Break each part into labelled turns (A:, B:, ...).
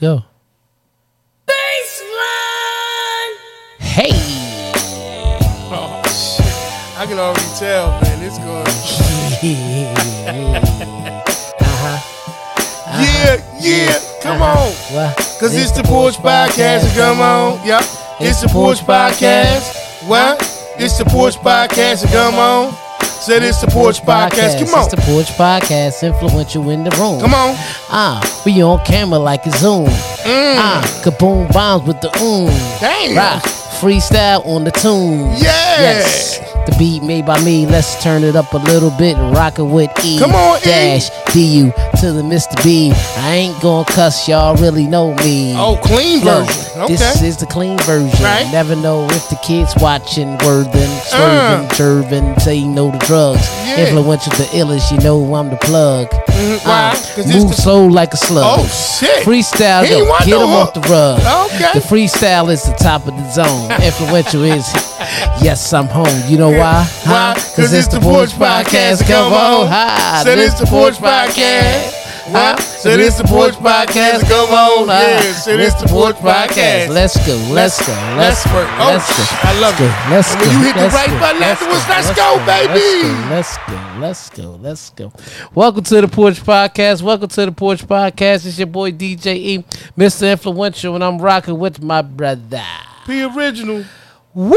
A: Go.
B: Baseline!
A: Hey.
B: Oh, shit. I can already tell, man. It's going. Yeah, Uh-huh. yeah. Come on.
A: What?
B: Because it's the Porch Podcast. Come on. Yep. It's the Porch Podcast. What? It's the Porch Podcast. Come on. Said it's the Porch Podcast. Come
A: It's the
B: on.
A: Porch Podcast. Influential in the room.
B: Come on.
A: Ah, we on camera like a Zoom.
B: Mm.
A: Ah, kaboom bombs with the oom.
B: Damn.
A: Rock, freestyle on the tune.
B: Yeah.
A: Yes. The beat made by me. Let's turn it up a little bit and rock it with E.
B: Come on, E.
A: Dash DU to the Mr. B. I ain't gonna cuss. Y'all really know me.
B: Oh, clean
A: Flow.
B: version.
A: This
B: Okay.
A: is the clean version.
B: Right.
A: Never know if the kids watching, wording, swerving,
B: Uh.
A: jervin, say no to drugs.
B: Yeah.
A: Influential to illest, you know I'm the plug.
B: Mhm, why? 'Cause it's
A: move
B: the-
A: slow like a slug.
B: Oh, shit.
A: Freestyle,
B: He
A: yo,
B: want
A: get
B: the
A: him off the
B: hook.
A: rug.
B: Okay.
A: The freestyle is the top of the zone. Influential is, yes, I'm home. You know why?
B: Why?
A: Huh? 'Cause it's the Porch Podcast. Come on. Hi.
B: Said it's the Porch
A: Huh?
B: Podcast. Said it's the Porch Podcast. Come on.
A: Huh?
B: Yeah. Said it's the Porch Podcast.
A: Let's go. Let's go. Let's go.
B: work. Oh,
A: Let's go.
B: shit, I love it.
A: Let's
B: And
A: go.
B: when you hit the
A: Let's
B: right
A: go.
B: button
A: Let's go.
B: afterwards, let's go, baby.
A: Let's go. Let's go. Let's go. Welcome to the Porch Podcast. Welcome to the Porch Podcast. It's your boy DJ E, Mr. Influential, and I'm rocking with my brother.
B: P original.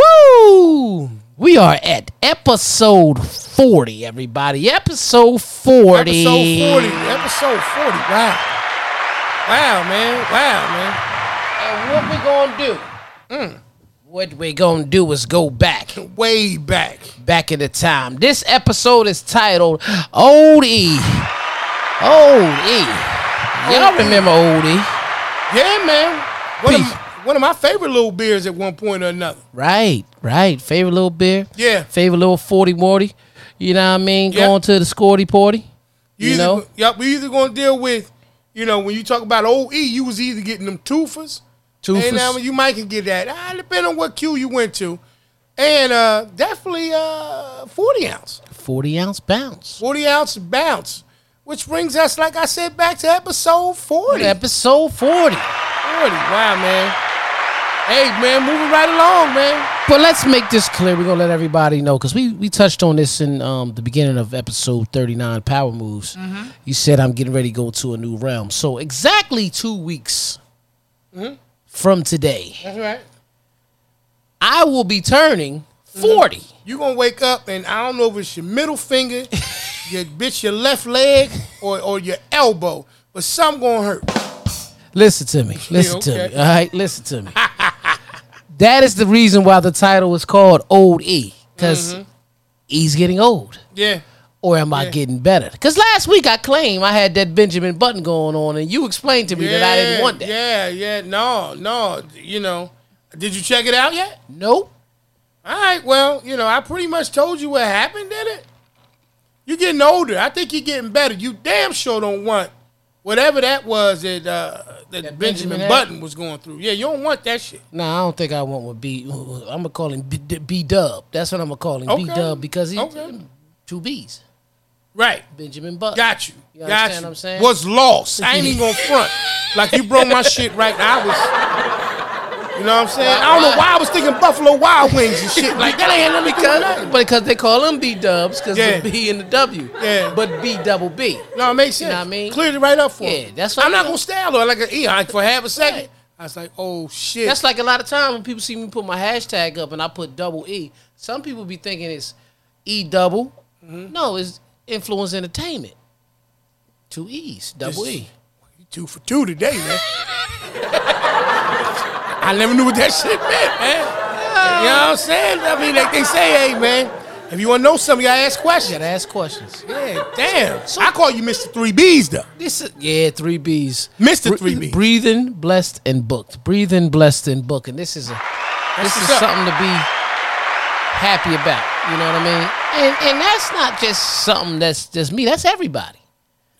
A: Woo! We are at episode 40, everybody. Episode 40.
B: Episode 40. Episode 40. Wow. Wow, man. Wow, man.
A: And what we gonna do? Mm. What we gonna do is go back.
B: Way back.
A: back in the time. This episode is titled Old E. Old E. Y'all
B: Old E.
A: remember Old E,
B: Yeah, man. One of,
A: Peace.
B: one of my favorite little beers at one point or another.
A: right? Right. Favorite little beer.
B: Yeah.
A: Favorite little forty morty. You know what I mean?
B: Yeah.
A: Going to the scorty party. You,
B: either,
A: know.
B: Yep, we either gonna deal with, you know, when you talk about old E, you was either getting them twofers.
A: Twofers.
B: And now you might can get that. Ah, depending on what queue you went to. And uh definitely uh forty ounce.
A: Forty ounce bounce.
B: Forty ounce bounce. Which brings us, like I said, back to episode forty.
A: Episode forty.
B: Forty. Wow, man. Hey man, moving right along, man.
A: But let's make this clear. We're gonna let everybody know because we, we touched on this in um, the beginning of episode thirty nine, Power Moves.
B: Mm-hmm.
A: You said I'm getting ready to go to a new realm. So exactly two weeks hmm, from today,
B: That's right.
A: I will be turning
B: Mm-hmm.
A: 40
B: You gonna wake up and I don't know if it's your middle finger, your bitch, your left leg, or or your elbow, but some gonna hurt.
A: Listen to me. Listen to
B: okay.
A: me. All right, listen to me. that is the reason why the title is called Old E because
B: Mm-hmm.
A: E's getting old.
B: Yeah.
A: or am I getting better? Because last week I claimed I had that Benjamin Button going on, and you explained to me that I didn't want that.
B: Yeah, yeah, no, no. You know, did you check it out yet?
A: Nope.
B: All right, well, you know, I pretty much told you what happened, did it? You're getting older. I think you're getting better. You damn sure don't want whatever that was that uh, that, Benjamin,
A: Benjamin had?
B: Button was going through. Yeah, you don't want that shit.
A: No, I don't think I want with B. I'm gonna call him B, B Dub. That's what I'm gonna call him,
B: Okay.
A: B Dub, because he
B: Okay.
A: two B's.
B: Right.
A: Benjamin Button.
B: Got you.
A: You
B: Got
A: understand
B: you.
A: what I'm saying?
B: Was lost. I ain't even gonna front. Like you broke my shit right now. I was you know what I'm saying? I don't know why I was thinking Buffalo Wild Wings and shit. Like that ain't nothing to do with nothing.
A: Because, but because they call him B Dubs, because
B: Yeah.
A: the B and the W.
B: Yeah.
A: But B double B.
B: No, it makes sense.
A: know what I mean?
B: Cleared it right up for
A: Yeah,
B: me.
A: that's what
B: I'm
A: I'm
B: not
A: doing.
B: gonna style her like an eon for half a second. I was like, oh shit.
A: That's like a lot of time when people see me put my hashtag up and I put double E. Some people be thinking it's E double.
B: Mm-hmm.
A: No, it's influence entertainment. Two E's, double
B: Just-
A: E.
B: You two for two today, man. I never knew what that shit meant, man. You know what I'm saying? I mean, like they say, hey man, if you wanna know something, you gotta ask
A: You
B: questions.
A: gotta ask questions.
B: Yeah, damn. I call you Mr. Three B's though.
A: This is yeah, three B's.
B: Mr.
A: Bre-
B: Three B.
A: Breathing, blessed, and booked. Breathing, blessed, and booked. And this is a this is
B: what's up.
A: something to be happy about. You know what I mean? And and that's not just something that's just me. That's everybody.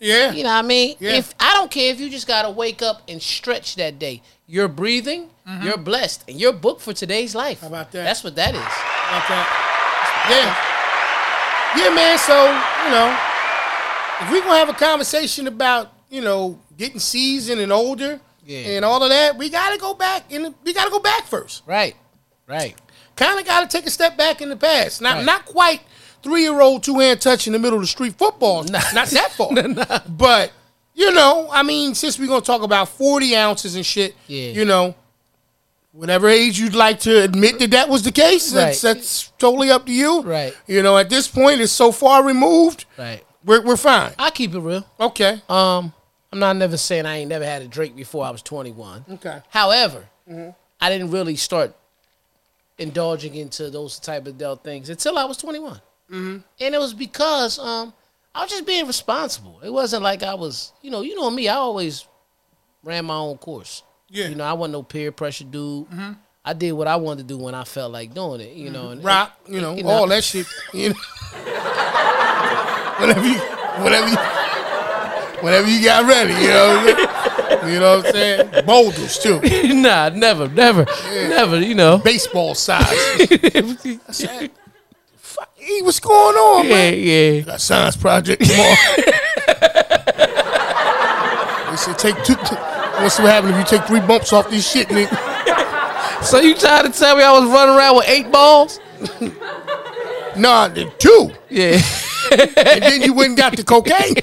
B: Yeah.
A: You know what I mean?
B: Yeah.
A: If I don't care if you just gotta wake up and stretch that day. You're breathing, you're blessed, and you're booked for today's life. Mm-hmm. How
B: about that?
A: That's what that is.
B: About that. Yeah. Yeah, man. So, you know, if we're going to have a conversation about, you know, getting seasoned and older,
A: Yeah.
B: and all of that. We gotta go back and we gotta go back first.
A: Right. Right.
B: Kind of gotta take a step back in the past. Not
A: Right.
B: not quite three year old two hand touch in the middle of the street football. Not that far. But you know, I mean, since we're gonna talk about forty ounces and shit,
A: Yeah.
B: you know. Whatever age you'd like to admit that that was the case, that's,
A: Right.
B: that's totally up to you.
A: Right.
B: You know, at this point, it's so far removed,
A: Right.
B: we're, we're fine.
A: I keep it real.
B: Okay.
A: Um, I'm not never saying I ain't never had a drink before I was 21.
B: Okay. Mm-hmm.
A: However, I didn't really start indulging into those type of adult things until I was 21.
B: Mm-hmm.
A: And it was because um, I was just being responsible. It wasn't like I was, you know, you know me. I always ran my own course.
B: Yeah. Mm-hmm.
A: You know, I wasn't no peer pressure dude. I did what I wanted to do when I felt like doing it. You know, and,
B: rock, you know,
A: You know.
B: all that shit. You know. whatever you, whatever you, whatever you got ready, you know. What I'm saying? you know what I'm saying? Boulders too,
A: nah, never, never, never. You know.
B: baseball size.
A: yeah,
B: Fuck, hey, what's going on, man?
A: yeah.
B: Got science project tomorrow. they said take two. What's what happen if you take three bumps off this shit, nigga?
A: So you trying to tell me I was running around with eight balls?
B: Nah, the two,
A: Yeah.
B: and then you went and got the cocaine.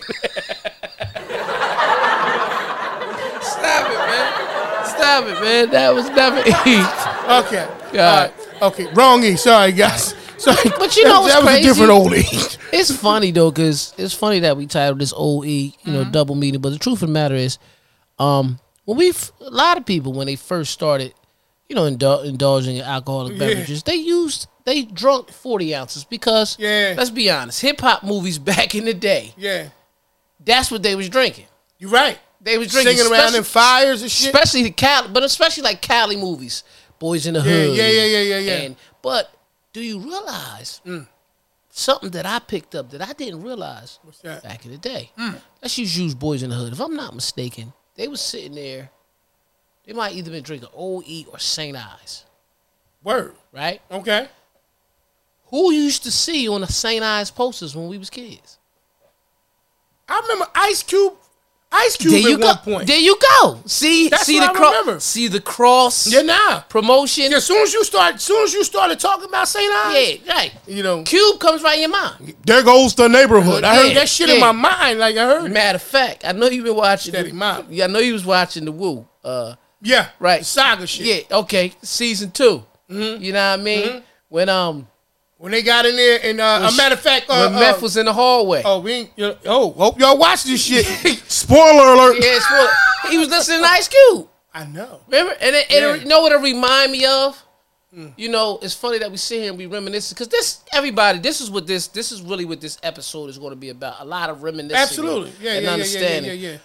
A: Stop it, man. Stop it, man. That was never eight.
B: Okay.
A: God.
B: All right. Okay. Wrong E. Sorry, guys. Sorry.
A: But you know
B: that, that
A: what's
B: was a different
A: crazy?
B: old E.
A: It's funny though, cause it's funny that we titled this OE, you know, double meaning. But the truth of the matter is, um, when we f- a lot of people when they first started, you know, indul- indulging in alcoholic
B: Yeah.
A: beverages, they used they drunk forty ounces because
B: Yeah.
A: let's be honest, hip hop movies back in the day,
B: Yeah.
A: that's what they was drinking.
B: You right.
A: They was drinking
B: Singing around
A: special-
B: in fires and shit.
A: especially the Cali, but especially like Cali movies, Boys in the
B: yeah,
A: Hood.
B: yeah, yeah, yeah, yeah, Mm. yeah.
A: And but do you realize something that I picked up that I didn't realize
B: What's that? Mm.
A: back in the day? Let's just use Boys in the Hood. If I'm not mistaken, they was sitting there. They might either been drinking OE or St. I's,
B: Word.
A: right?
B: Okay.
A: Who you used to see on the St. I's posters when we was kids?
B: I remember Ice Cube. Ice Cube
A: There you
B: at
A: go.
B: one point.
A: There you go. See,
B: That's
A: see
B: what
A: the
B: I remember.
A: cross. See the cross
B: yeah, nah.
A: promotion.
B: Yeah, as soon as you start, as soon as you started talking about St. Ives,
A: Yeah, right.
B: you know,
A: Cube comes right in your mind.
B: there goes the neighborhood. I heard
A: Yeah,
B: that shit in
A: yeah.
B: my mind. Like I heard. it.
A: Matter of fact, I know you've been watching.
B: Steady Mob.
A: Yeah, I know you was watching the Woo. Uh,
B: Yeah.
A: Right.
B: The saga shit. Mm-hmm.
A: yeah, okay, season 2 You know what I mean? When um,
B: When they got in there, and uh, a matter of fact, uh,
A: when
B: uh,
A: Meth was in the hallway.
B: Oh, we ain't. you- Oh, hope y'all watch this shit. Spoiler alert.
A: Yeah, it's full- he was listening to Ice Cube.
B: I know.
A: Remember? And it, and it-
B: Yeah. Mm.
A: you know what it remind me of? You know, it's funny that we sit here and we reminisce because this everybody, this is what this this is really what this episode is going to be about. A lot of reminiscing,
B: Absolutely. Yeah,
A: and
B: yeah, yeah, yeah,
A: understanding.
B: yeah, yeah, yeah.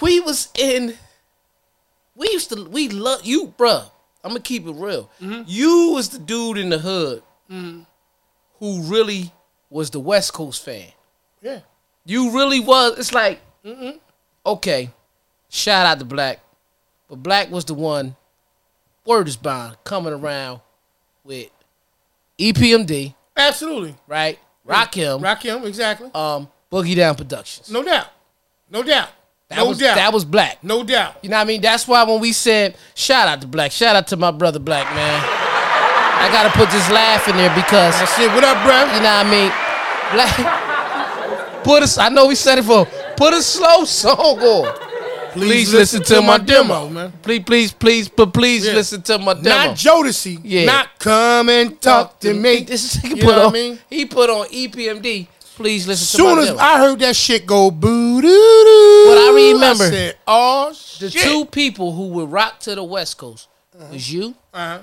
A: we was in we used to we love you bruh i'm gonna keep it real
B: Mm-hmm.
A: you was the dude in the hood who really was the west coast fan
B: Yeah.
A: you really was it's like
B: Mm-hmm.
A: okay shout out to black but black was the one word is bond coming around with E epmd
B: Absolutely.
A: right rock him
B: Mm. Rock him, exactly.
A: um boogie down productions
B: No doubt. No doubt.
A: that
B: no
A: was
B: doubt.
A: that was black
B: no doubt.
A: You know what I mean? That's why when we said shout out to Black, shout out to my brother Black, man. I gotta put this laugh in there because
B: I said, what up,
A: you
B: bruh?
A: know what I mean. Black, put us. I know we said it for. Put a slow song on. Please listen to my demo,
B: man.
A: Please, please, please, but please
B: Yeah.
A: listen to my demo.
B: Not Jodeci.
A: Yeah. Uh,
B: Not come and talk to me.
A: This is, he
B: You
A: put
B: know what I
A: on.
B: mean?
A: He put on E EPMD. Please listen
B: Soon
A: to my
B: as
A: demo.
B: I heard that shit go boo doo doo.
A: But I remember-
B: I said, oh shit.
A: the two people who would rock to the West Coast was you
B: Uh-huh.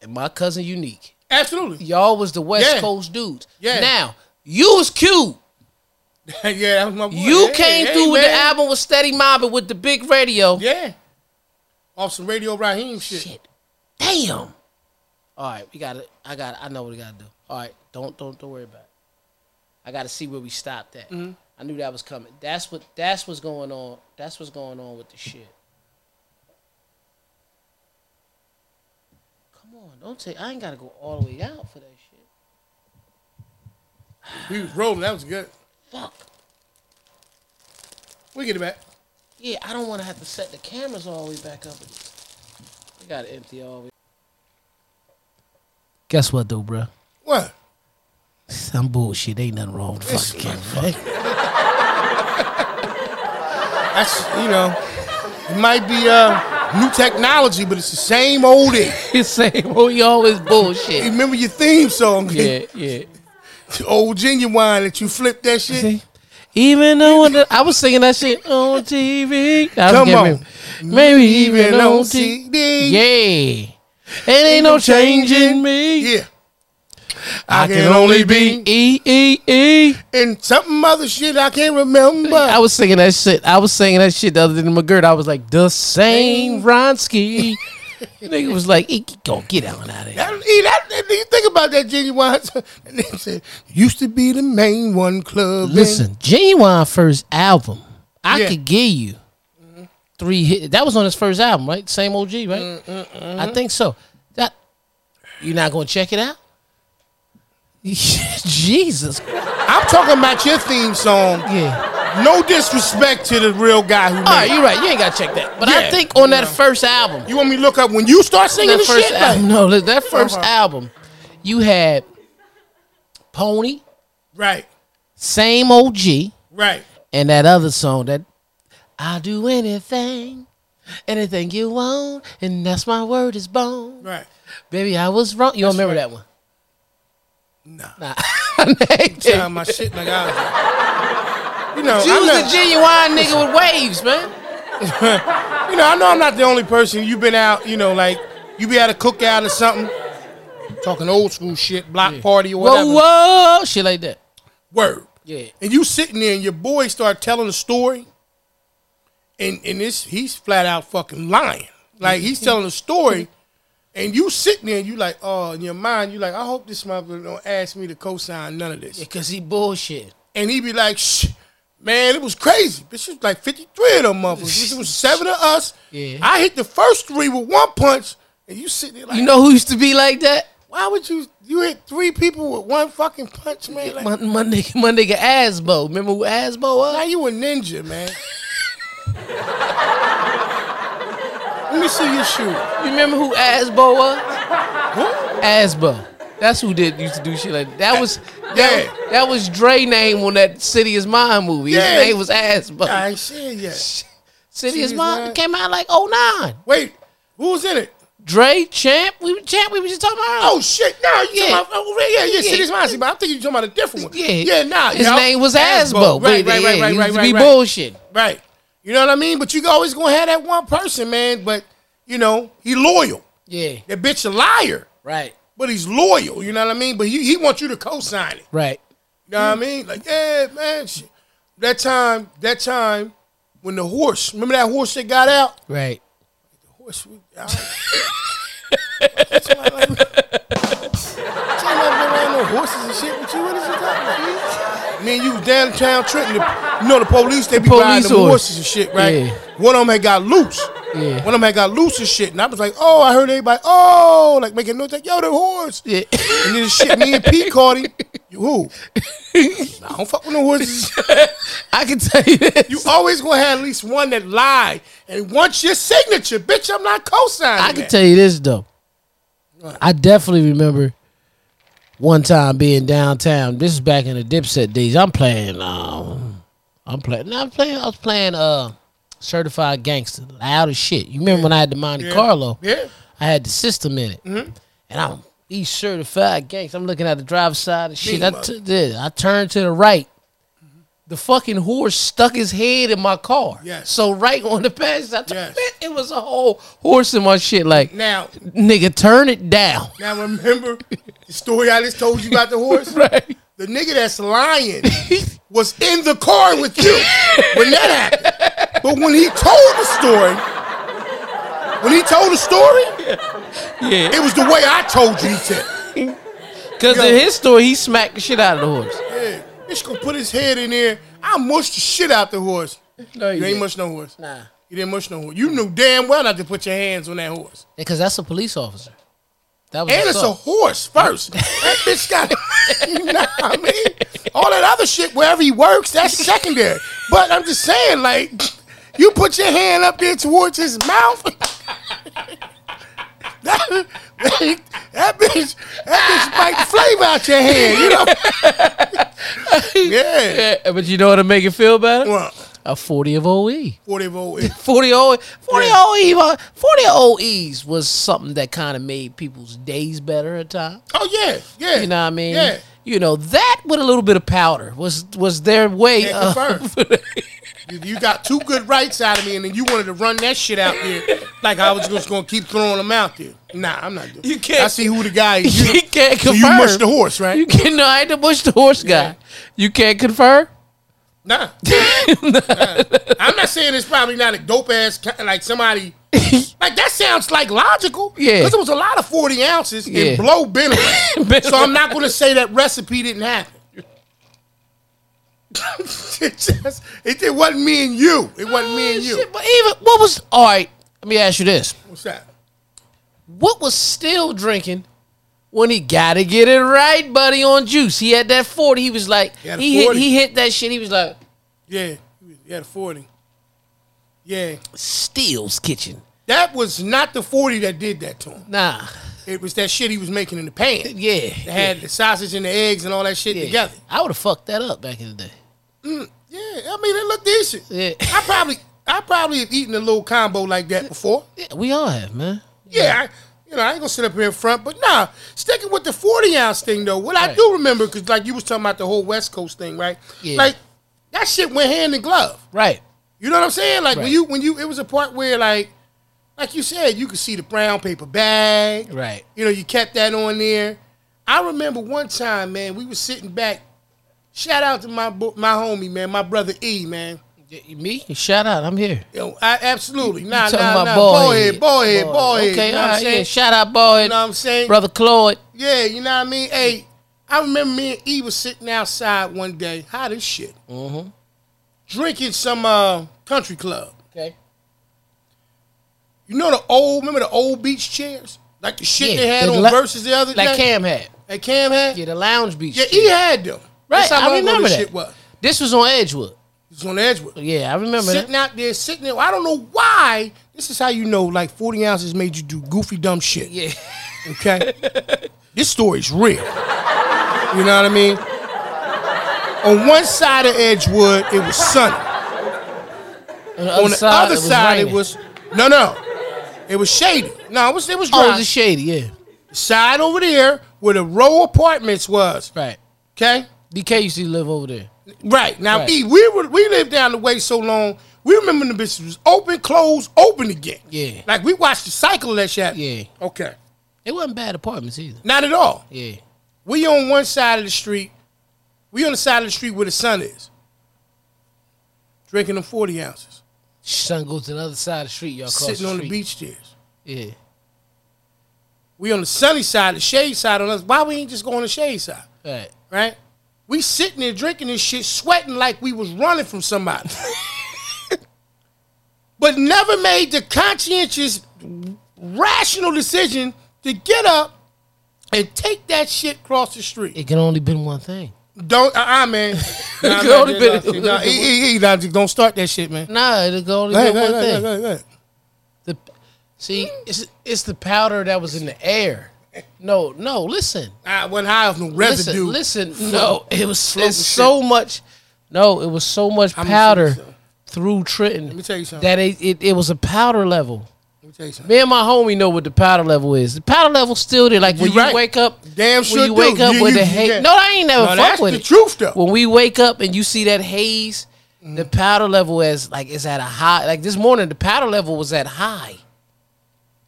A: and my cousin Unique.
B: Absolutely.
A: Y'all was the West
B: Yeah.
A: Coast dudes.
B: Yeah.
A: Now, you was cute.
B: yeah, that was my boy.
A: You
B: Hey,
A: came
B: hey,
A: through with the
B: man.
A: album with Steady Mobbing with the big radio.
B: Yeah. Off some Radio Raheem shit.
A: Shit. Damn. All right, we got to I got I know what we got to do. All right, don't don't don't worry about it. I got to see where we stopped at. I knew that was coming. That's what that's what's going on. That's what's going on with the shit. Come on, don't take I ain't got to go all the way out for that shit.
B: We was rolling. That was good.
A: Fuck.
B: We get it back.
A: Yeah, I don't want to have to set the cameras all the way back up. Again. We got to empty all the way. Guess what, though, bruh?
B: What?
A: Some bullshit. Ain't nothing wrong with the fucking camera.
B: That's you know, it might be uh, new technology, but it's the same old it.
A: It's same. Oh, you always bullshit.
B: Remember your theme song,
A: Yeah, yeah.
B: old genuine that you flip that shit.
A: See? Even though the, I was singing that shit on TV. That was
B: Come
A: getting
B: on.
A: Me, maybe even
B: Even
A: on
B: on
A: TV.
B: CD.
A: Yeah. It ain't no changing me.
B: Yeah. I can only be
A: E E E.
B: in something other shit I can't remember.
A: I was singing that shit. I was singing that shit the other than McGirt. I was like, the same Ronsky. Nigga was like, "E- go get on out of here.
B: That- he- that- that- you think about that genuine. and they said, used to be the main one club. in-"
A: Listen, Genuine first album, I
B: Yeah.
A: could give you three hit. That was on his first album, right? Same OG, right? I think so. That you not gonna check it out? Jesus,
B: I'm talking about your theme song.
A: yeah.
B: No disrespect to the real guy who made
A: All right, you're right. You ain't gotta check that. But I
B: Yeah.
A: think on that first album,
B: it. You want me to look up when you start singing
A: that
B: the
A: first
B: shit?
A: album,
B: Like-
A: no, look, that 1st
B: Uh-huh.
A: album, you had Pony,
B: Right,
A: same OG.
B: right.
A: and that other song that I'll do anything, anything you want, and that's my word is bone.
B: Right.
A: Baby, I was wrong. You don't remember that one?
B: Nah.
A: Nah. you
B: Sound my shit like I was. You know,
A: was
B: I'm not,
A: a genuine nigga with waves, man.
B: you know, I know I'm not the only person. You've been out, you know, like you be at a cookout or something, talking old school shit, block party or whatever.
A: Whoa, whoa, shit like that.
B: Word.
A: Yeah.
B: And you sitting there and your boy start telling a story, and and this he's flat out fucking lying. Like he's
A: Mm-hmm.
B: telling a story, and you sitting there and you like, oh, in your mind, you like, I hope this motherfucker don't ask me to co-sign none of this.
A: Because he bullshit.
B: And he be like, shh, man, it was crazy. Bitch, it was like 53 of them motherfuckers. It was seven of us.
A: Yeah.
B: I hit the first three with one punch, and you sitting there like,
A: You know who used to be like that?
B: why would you, you hit three people with one fucking punch, man? Like,
A: My, my nigga, my nigga Asbo. Remember who Asbo was?
B: now you a ninja, man. Let me see your shoe.
A: You remember who Asbo was?
B: Huh?
A: Asbo. That's who did used to do shit like that. That was
B: Yeah.
A: That was Dre name on that City Is Mine movie.
B: Yeah.
A: His name was Asbo.
B: I ain't seen it yet.
A: City Is
B: City Is
A: Mine
B: Mine.
A: came out like 09.
B: Wait, who was in it?
A: Dre, Champ, we Champ, we was just talking about.
B: Oh shit! No, you
A: Yeah.
B: yeah. talking about oh, yeah, yeah, yeah.
A: Yeah.
B: City's Mossy, but I'm thinking you talking about a different one.
A: Yeah.
B: Oh, yeah, nah.
A: His
B: yo.
A: name was Asbo. but yeah,
B: Right, right, right,
A: he
B: right, right,
A: used to
B: right,
A: be
B: right.
A: bullshit.
B: Right. You know what I mean? But you always gonna have that one person, man. But you know, he loyal.
A: Yeah.
B: That bitch a liar,
A: Right.
B: but he's loyal. You know what I mean? But he, he wants you to co-sign it.
A: Right.
B: You know what I mean? Like, yeah, man. Shit. That time, that time when the horse, remember that horse that got out?
A: Right.
B: Horse, we, all right. Somebody like- Somebody been around no horses and shit with you. What is you talking about? Me and you was downtown Trenton. The, you know the police, they be
A: police
B: riding the
A: horse.
B: horses and shit, right?
A: Yeah.
B: One of them had got loose.
A: Yeah.
B: One of them had got loose and shit. And I was like, oh, I heard everybody, oh, like making noise, like, yo, the horse.
A: Yeah.
B: And then shit, me and Pete caught him. You who? Nah, I don't fuck with no horses.
A: I can tell you this.
B: You always gonna have at least one that lie and wants your signature, bitch. I'm not co-signing.
A: I can
B: that.
A: tell you this though. I definitely remember one time being downtown. This is back in the Dipset days. I'm playing. Um, I'm playing. No, I'm playing. I was playing. Uh, Certified Gangster, loud as shit. You remember when I had the Monte Carlo?
B: Yeah. Mm-hmm.
A: I had the system in it, and I'm he's certified gangster. I'm looking at the driver's side and shit. I
B: Meanwhile.
A: took this. I turned to the right. The fucking horse stuck his head in my car.
B: Yes.
A: So right on the passenger, I turned-
B: Yes.
A: man, it was a whole horse in my shit. Like
B: Now,
A: nigga, turn it down.
B: now remember the story I just told you about the horse.
A: Right.
B: The nigga that's lying was in the car with you when that happened. But when he told the story, when he told the story,
A: Yeah.
B: it was the way I told you. He said,
A: Because in his story, he smacked the shit out of the horse.
B: "Yeah, bitch, gonna put his head in there. I mushed the shit out the horse.
A: No,
B: You ain't mush no horse.
A: Nah.
B: You didn't mush no horse. You knew damn well not to put your hands on that horse."
A: Because that's a police officer. That was
B: And it's a
A: assault.
B: horse first. That bitch got, you know what I mean? All that other shit, wherever he works, that's secondary. But I'm just saying, like, You put your hand up there towards his mouth. that, that bitch, that bitch bite flavor out your hand. You know. yeah.
A: Yeah, but you know what'll make it feel better?
B: Well,
A: A 40 of E. OE.
B: whatever.
A: 40 OE, 40
B: Yeah.
A: OE, uh, 40 OEs was something that kind of made people's days better at times.
B: Oh yeah, yeah.
A: You know what I mean?
B: Yeah.
A: You know that with a little bit of powder was was their way.
B: Yeah,
A: of-
B: You, you got two good rights out of me, and then you wanted to run that shit out there like I was just gonna keep throwing them out there. Nah, I'm not doing.
A: You can't-
B: I see who the guy is.
A: you can't
B: so
A: confirm.
B: you mush the horse, right?
A: You can no, I had to mush the horse guy.
B: Yeah.
A: You can't confer.
B: Nah. Nah. I'm not saying it's probably not a dope ass ki- like somebody. Like that sounds like logical.
A: Yeah.
B: Because it was a lot of 40 ounces
A: Yeah.
B: and blow Benelli.
A: Benelli.
B: so I'm not going to say that recipe didn't happen. it just it, it wasn't me and you. It wasn't me and you.
A: Shit, but even what was all right? Let me ask you this:
B: What's that?
A: What was still drinking when he got to get it right, buddy? On juice, he had that forty. He was like,
B: He had a
A: he hit,
B: 40.
A: he hit that shit. He was like,
B: Yeah. Yeah, the 40. Yeah.
A: Steel's kitchen.
B: That was not the 40 that did that to him.
A: Nah,
B: It was that shit he was making in the pan.
A: yeah,
B: It had the sausage and the eggs and all that shit
A: yeah.
B: together.
A: I would have fucked that up back in the day.
B: Yeah, I mean it looked decent.
A: Yeah.
B: I probably I probably have eaten a little combo like that before.
A: Yeah, we all have, man.
B: Yeah, I, you know, I ain't gonna sit up here in front, but nah, sticking with the 40 ounce thing though, what I
A: Right.
B: do remember, cause like you was talking about the whole West Coast thing, right?
A: Yeah.
B: Like that shit went hand in glove.
A: Right.
B: You know what I'm saying? Like when
A: Right.
B: you when you it was a part where like like you said, you could see the brown paper bag.
A: Right.
B: You know, you kept that on there. I remember one time, man, we was sitting back. Shout out to my bo- my homie, man, my brother E, man.
A: Y- Me? Shout out. I'm here.
B: Yo, I, absolutely. Nah,
A: Talking
B: nah,
A: about
B: nah.
A: bald
B: Boyhead,
A: head.
B: boyhead,
A: Bald
B: boyhead.
A: E. Okay,
B: you know
A: all
B: what I'm
A: right.
B: saying?
A: Yeah, shout out, boyhead.
B: You know what I'm saying?
A: Brother Claude.
B: Yeah, you know what I mean? Hey, I remember me and E was sitting outside one day, hot as shit,
A: Mm-hmm.
B: drinking some uh, country club.
A: Okay.
B: You know the old, remember the old beach chairs? Like the shit
A: Yeah,
B: they had
A: the
B: on
A: la-
B: versus the other
A: Like
B: day?
A: Cam had.
B: That Cam had?
A: Yeah, the lounge beach.
B: Yeah,
A: shit.
B: he had them.
A: Right,
B: That's how
A: I
B: long ago
A: remember
B: this
A: that.
B: shit was.
A: This was on Edgewood.
B: It was on Edgewood.
A: Yeah, I remember that.
B: sitting out there, sitting there. I don't know why. This is how you know, like, 40 ounces made you do goofy, dumb shit.
A: Yeah.
B: Okay? this story's real. You know what I mean? On one side of Edgewood, it was sunny.
A: On the
B: On the other side, it
A: raining.
B: was, no, no. It was shady. No, it was it was
A: Oh,
B: dry.
A: it was shady. Yeah.
B: side over there where the row apartments was.
A: Right.
B: Okay?
A: DK used to live over there.
B: Right. Now
A: Right.
B: E, we were we lived down the way so long, we remember the business was open, closed, open again.
A: Yeah.
B: Like we watched the cycle of that shit. happen.
A: Yeah.
B: Okay.
A: It wasn't bad apartments either.
B: Not at all.
A: Yeah.
B: We on one side of the street. We on the side of the street where the sun is. Drinking them 40 ounces.
A: Son goes to the other side of the street. Y'all cross
B: sitting
A: the
B: on the
A: street.
B: beach chairs.
A: Yeah.
B: We on the sunny side, the shade side on us. Why we ain't just going to the shade side?
A: Right.
B: right? We sitting there drinking this shit, sweating like we was running from somebody. but never made the conscientious, rational decision to get up and take that shit across the street.
A: It can only been one thing.
B: Don't, uh-uh, man. Nah,
A: It
B: nah,
A: only
B: nah,
A: been-
B: nah, nah, e- e- e, nah, just don't start that shit, man.
A: Nah, it can only
B: Go ahead,
A: been Mm-hmm.
B: go
A: one
B: ahead, go
A: thing.
B: ahead, go ahead, go ahead.
A: The see, it's it's the powder that was in the air. No, no, listen,
B: I wasn't high off no residue.
A: listen, listen. No, it was
B: Floating
A: it's so much. No, it was so much
B: I'ma tell you
A: powder
B: something.
A: through Trenton.
B: Let me tell you something.
A: That it, it it was a powder level.
B: Let me tell you something.
A: Me and my homie know what the powder level is. The powder level's still there. Like when
B: You right.
A: you wake up,
B: Damn
A: when
B: sure
A: you wake
B: do.
A: up
B: You-
A: with
B: you-
A: the
B: you
A: haze.
B: get-
A: No, I ain't never
B: No,
A: fuck
B: that's
A: with
B: the
A: it.
B: truth, though.
A: When we wake up and you see that haze, the powder level is like it's at a high. Like this morning, the powder level was at high,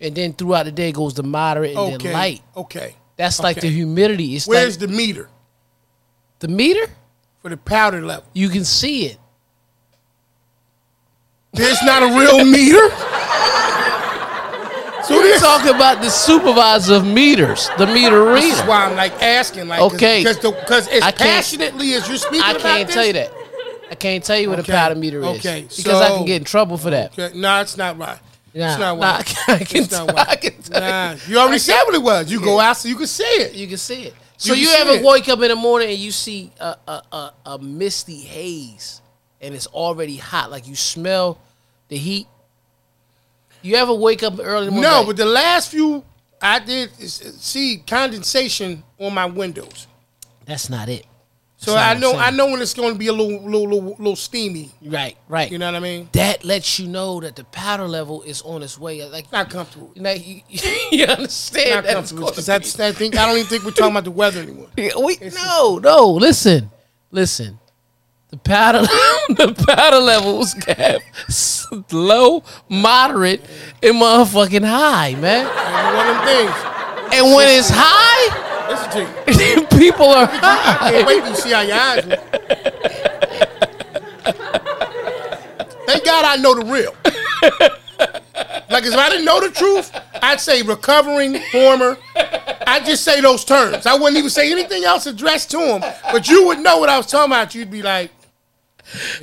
A: and then throughout the day goes to moderate and
B: Okay,
A: then light.
B: okay.
A: That's like
B: Okay.
A: the humidity. It's
B: Where's
A: like
B: the meter
A: the meter.
B: for the powder level?
A: You can see it.
B: There's not a real meter. So
A: We're
B: this,
A: talking about the supervisor of meters, the meter
B: this is
A: reader.
B: why I'm like asking, like,
A: Okay.
B: because as
A: I can't-
B: passionately as you're speaking
A: I
B: about
A: can't
B: this,
A: tell you that. I can't tell you what
B: Okay,
A: a powder meter is
B: okay,
A: because I
B: so-
A: can get in trouble for that.
B: Okay, nah, it's not right.
A: Nah,
B: it's not
A: nah,
B: right.
A: I can- I can
B: it's not
A: tell-
B: right.
A: I can tell
B: Nah,
A: you.
B: you already said what it was. You go out so you can see it.
A: You can see it. So
B: can
A: you,
B: see
A: ever
B: it.
A: wake up in the morning and you see a, a, a, a misty haze and it's already hot, like you smell the heat. You ever wake up early? In the morning
B: No,
A: like-
B: but the last few I did is, is see condensation on my windows.
A: that's not it.
B: So
A: That's
B: I
A: not
B: know
A: what
B: I
A: I'm
B: know when it's going to be a little, little little little steamy.
A: Right, right.
B: You know what I mean?
A: that lets you know that the powder level is on its way. Like,
B: Not comfortable.
A: like you, you
B: Not
A: understand that it's
B: comfortable.
A: going
B: 'cause that's I think I don't even think we're talking about the weather anymore.
A: We, no, no. Listen, listen. The powder, the powder levels got s- low, moderate, and motherfucking high, man.
B: And one of them things.
A: And when it's high,
B: Listen to you.
A: people are
B: I
A: high.
B: can't wait till you see how your eyes look. Thank God I know the real. Like if I didn't know the truth, I'd say recovering, former. I'd just say those terms. I wouldn't even say anything else addressed to him. But you would know what I was talking about. You'd be like,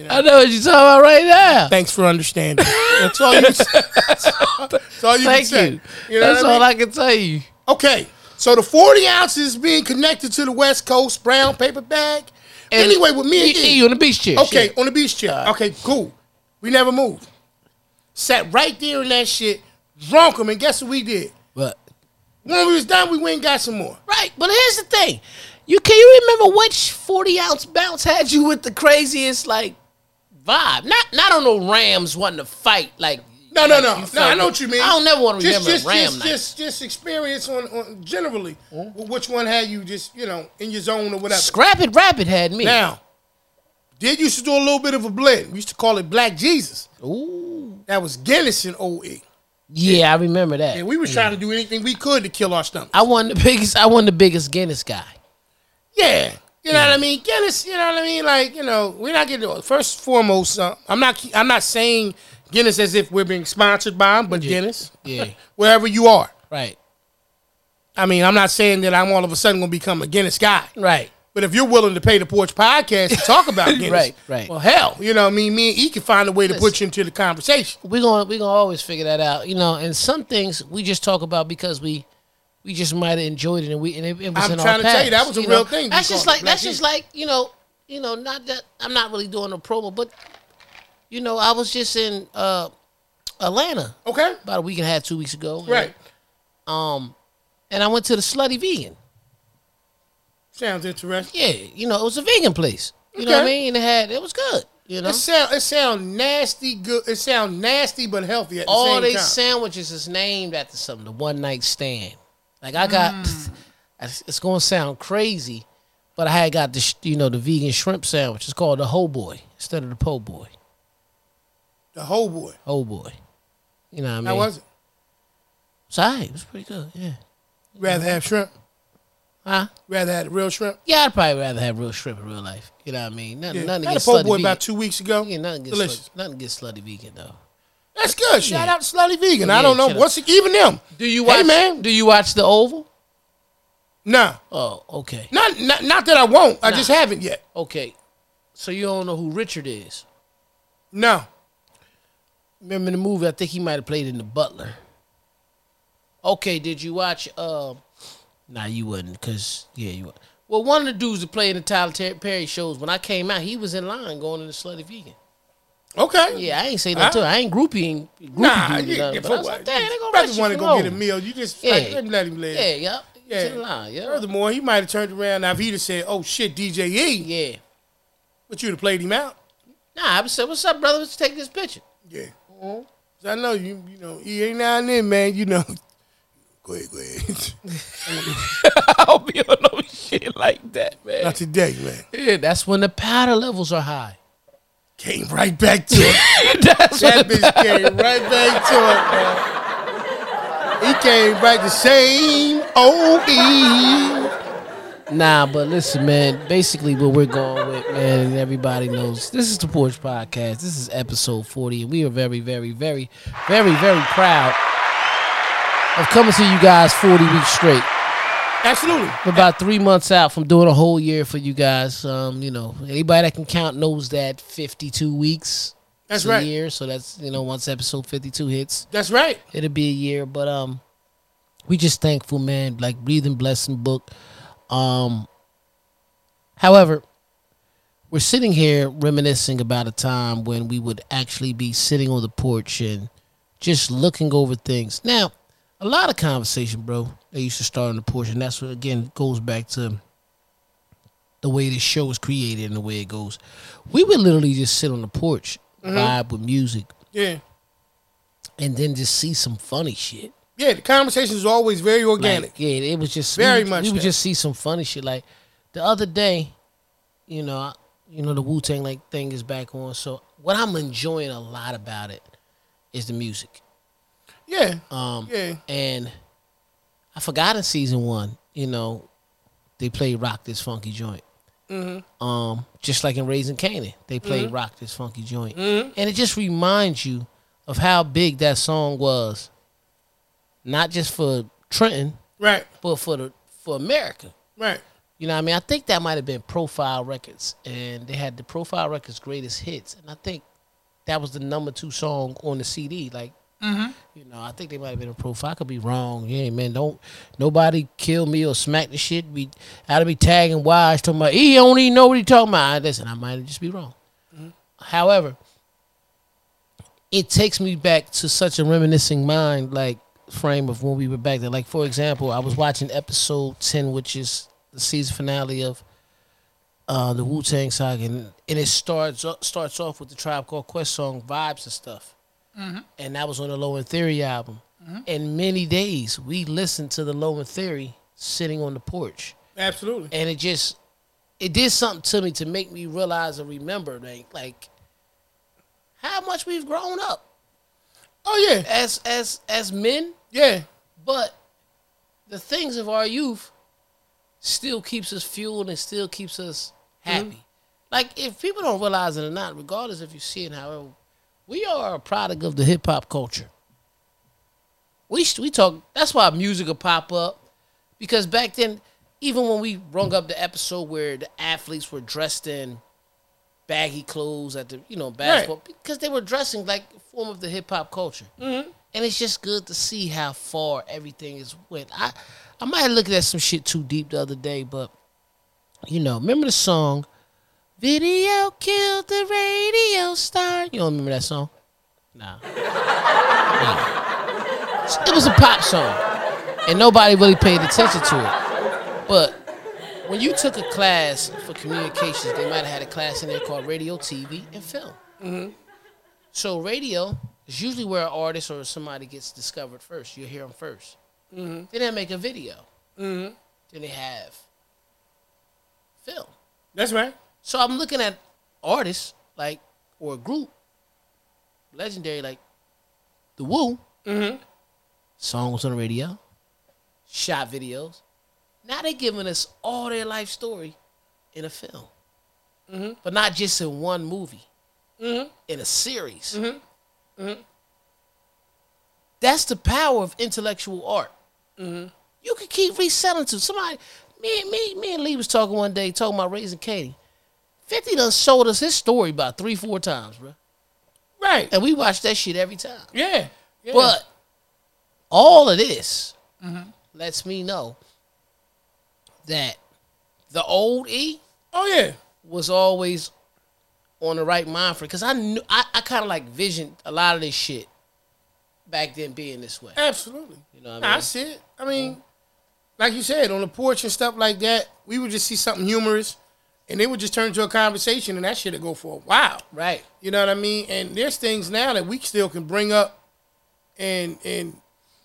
A: I know what you're talking about right now.
B: thanks for understanding. That's all you That's all you can
A: Thank
B: say.
A: you.
B: know
A: That's
B: what I mean?
A: all I can tell you.
B: Okay, so the 40 ounces being connected to the West Coast brown paper bag. anyway, with me and
A: you,
B: you.
A: you on the beach chair.
B: Okay,
A: shit.
B: on the beach chair. Okay, cool. We never moved. Sat right there in that shit, drunk him, and guess what we did?
A: but
B: When we was done, we went and got some more.
A: Right, but here's the thing. You can you remember which 40 ounce bounce had you with the craziest like vibe? Not not on no Rams wanting to fight like
B: No, no, no,
A: You
B: no. I
A: felt-
B: know what you mean.
A: I don't never wanna
B: Just-
A: remember
B: just,
A: Ram
B: Just,
A: night.
B: just, just experience on, on generally wh- which one had you just you know in your zone or whatever.
A: Scrap It Rapid had me.
B: Now, did used to do a little bit of a blend. We used to call it Black Jesus.
A: Ooh.
B: That was Guinness oh and OE,
A: Yeah, I remember that.
B: and we were trying to
A: Mm.
B: do anything we could to kill our stomach.
A: I won the biggest I won the biggest Guinness guy.
B: Yeah. You know what I
A: Mm.
B: mean? Guinness, you know what I mean? Like, you know, we're not getting first and foremost, uh, I'm not I'm not saying Guinness as if we're being sponsored by them, but Guinness.
A: Yeah.
B: Wherever you are.
A: Right.
B: I mean, I'm not saying that I'm all of a sudden gonna become a Guinness guy.
A: Right.
B: But if you're willing to pay the Porch Podcast to talk about Guinness,
A: Right, right.
B: well hell, you know, what I mean me and E can find a way to put you into the conversation.
A: We're gonna we're gonna always figure that out. You know, and some things we just talk about because we we just might have enjoyed it and we and it, it was
B: I'm
A: in our
B: trying to tell you, that
A: past,
B: was a
A: know?
B: real thing
A: That's
B: we
A: just
B: called it,
A: like that's
B: Black
A: just like, you know, you know, not that I'm not really doing a promo, but you know, I was just in uh Atlanta
B: Okay?
A: about a week and a half, two weeks ago. and,
B: Right.
A: um and I went to the slutty vegan.
B: Sounds interesting.
A: Yeah, you know, it was a vegan place. You know what I
B: Okay.
A: mean? And it had it was good, you know.
B: It sound it sound nasty good it sound nasty but healthy at the
A: all
B: same
A: they
B: time.
A: sandwiches is named after something. The one night stand. Like I got,
B: Hmm.
A: it's it's gonna sound crazy, but I had got the sh- you know the vegan shrimp sandwich. It's called the Ho Boy instead of the Po Boy.
B: the whole boy.
A: Ho Boy. You know what I mean?
B: How was it?
A: It's alright. It was pretty good. Yeah.
B: Rather have shrimp.
A: Huh?
B: Rather had real shrimp.
A: Yeah, I'd probably rather have real shrimp in real life. You know what I mean? Nothing,
B: Yeah.
A: nothing
B: had a
A: against
B: po'
A: slutty
B: boy
A: vegan.
B: about two weeks ago.
A: yeah, nothing against
B: Delicious.
A: slutty, nothing against slutty vegan though.
B: That's good. Shout
A: Yeah.
B: out to Slutty Vegan. I
A: Yeah,
B: don't know.
A: shout out.
B: What's even them?
A: Do you
B: Hey,
A: watch?
B: man.
A: Do you watch the Oval?
B: Nah,
A: Oh, okay,
B: not not, not that I won't. I
A: Nah.
B: just haven't yet.
A: okay. So you don't know who Richard is?
B: No.
A: remember in the movie. I think he might have played in The Butler. Okay, did you watch? Um, nah, you wouldn't, cause yeah, you. Would. Well, one of the dudes that played in the Tyler Ter- Perry shows when I came out, he was in line going to the Slutty Vegan.
B: Okay.
A: Yeah, I ain't say that too. I ain't groupieing. groupie
B: Nah,
A: dude or
B: you
A: nothing,
B: get
A: but I was like, damn, they gonna
B: brother
A: rush you
B: wanna
A: for
B: go get a
A: low.
B: meal. You just
A: Yeah.
B: like, let him let him live.
A: Yeah, yep. Yeah,
B: Yeah.
A: in line. Yeah,
B: Furthermore, he might have turned around. Now, if he'd have said, "Oh shit, DJ E,"
A: yeah.
B: but you'd have played him out.
A: Nah, I said, what's up, brother? Let's take this picture.
B: Yeah.
A: Mm-hmm.
B: 'Cause I know you. You know, E ain't now and then, man. You know. Go ahead, go ahead.
A: I'll be on no shit like that, man.
B: Not today, man.
A: Yeah, that's when the powder levels are high.
B: Came right back to it.
A: that's when
B: That
A: the
B: bitch came right back to it, man. He came back the same OE.
A: Nah, but listen, man. Basically, what we're going with, man, and everybody knows this is the Porch Podcast. This is episode 40, and we are very, very, very, very, very proud of coming to you guys 40 weeks straight.
B: Absolutely.
A: We're about three months out from doing a whole year for you guys. Um, you know, anybody that can count knows that 52 weeks.
B: That's
A: is a
B: right.
A: year, so that's you know, once episode 52 hits,
B: That's right.
A: it'll be a year. But um, we just thankful, man. Like breathing blessing book. Um, however, we're sitting here reminiscing about a time when we would actually be sitting on the porch and just looking over things. Now, a lot of conversation, bro, they used to start on the porch, and that's what again goes back to the way this show is created and the way it goes. We would literally just sit on the porch, vibe with music,
B: Yeah.
A: and then just see some funny shit.
B: Yeah, the conversation is always very organic.
A: Like, yeah, it was just
B: Very
A: we,
B: much
A: We would
B: that.
A: just see some funny shit. Like the other day, you know, I- you know the Wu Tang like thing is back on. So what I'm enjoying a lot about it is the music.
B: yeah.
A: Um,
B: Yeah.
A: and I forgot in season one, you know, they played "Rock This Funky Joint."
B: Mm-hmm.
A: Um, just like in Raising Canaan, they played "Rock This Funky Joint,"
B: Mm-hmm.
A: and it just reminds you of how big that song was, not just for Trenton,
B: Right.
A: but for the for America.
B: Right.
A: You know, what I mean, I think that might have been Profile Records, and they had the Profile Records greatest hits, and I think that was the number two song on the CD. Like, you know, I think they might have been a Profile. I could be wrong. Yeah, man, don't nobody kill me or smack the shit. Be out of be tagging wise talking about he don't even know what he talking about. Listen, I might just be wrong. However, it takes me back to such a reminiscing mind like frame of when we were back there. Like for example, I was watching episode ten, which is the season finale of uh, the Wu Tang Saga, and, and it starts o- starts off with the Tribe Called Quest song "Vibes" and stuff, and that was on the Low and Theory album. And many days we listened to the Low and Theory sitting on the porch
B: Absolutely.
A: and it just it did something to me to make me realize and remember like like how much we've grown up
B: Oh yeah.
A: as as as men
B: Yeah.
A: but the things of our youth still keeps us fueled and still keeps us happy like if people don't realize it or not regardless if you see it however we are a product of the hip-hop culture we sh- we talk that's why music will pop up because back then even when we rung up the episode where the athletes were dressed in baggy clothes at the you know basketball because they were dressing like a form of the hip hop culture and it's just good to see how far everything is went i i might have looked at some shit too deep the other day but you know remember the song video killed the radio star you don't remember that song nah it was a pop song, and nobody really paid attention to it. But when you took a class for communications, they might have had a class in there called radio, TV, and film. So radio is usually where an artist or somebody gets discovered first. You hear them 1st Then they make a video. Then they have film.
B: That's right.
A: So I'm looking at artists like or a group legendary like the Woo. Mm-hmm. Songs on the radio, shot videos. Now they're giving us all their life story in a film, but not just in one movie, in a series. That's the power of intellectual art. You could keep reselling to somebody. Me, me, me and Lee was talking one day, talking about raising Katie. 50 done sold us his story about three, four times, bro.
B: Right.
A: And we watched that shit every time.
B: Yeah. yeah.
A: But all of this lets me know that the old E
B: oh yeah.
A: was always on the right mind for because I knew I, I kind of like visioned a lot of this shit back then being this way.
B: Absolutely.
A: You know what I
B: Nah,
A: mean?
B: see it. I mean, like you said, on the porch and stuff like that, we would just see something humorous, and it would just turn into a conversation, and that shit would go for a while.
A: Right.
B: You know what I mean? And there's things now that we still can bring up, and and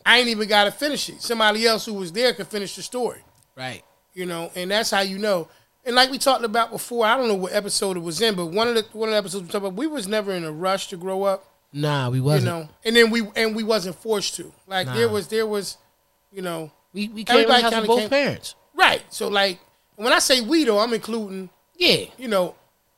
B: I ain't even got to finish it. Somebody else who was there could finish the story.
A: Right.
B: You know, and that's how you know. And like we talked about before, I don't know what episode it was in, but one of the one of the episodes we talked about, we was never in a rush to grow up
A: Nah, we
B: you
A: wasn't.
B: know and then we and we wasn't forced to like there
A: Nah.
B: was there was you know
A: we we came
B: Everybody
A: out of
B: kinda
A: both
B: came-
A: parents.
B: right so like when i say we though i'm including
A: Yeah.
B: you know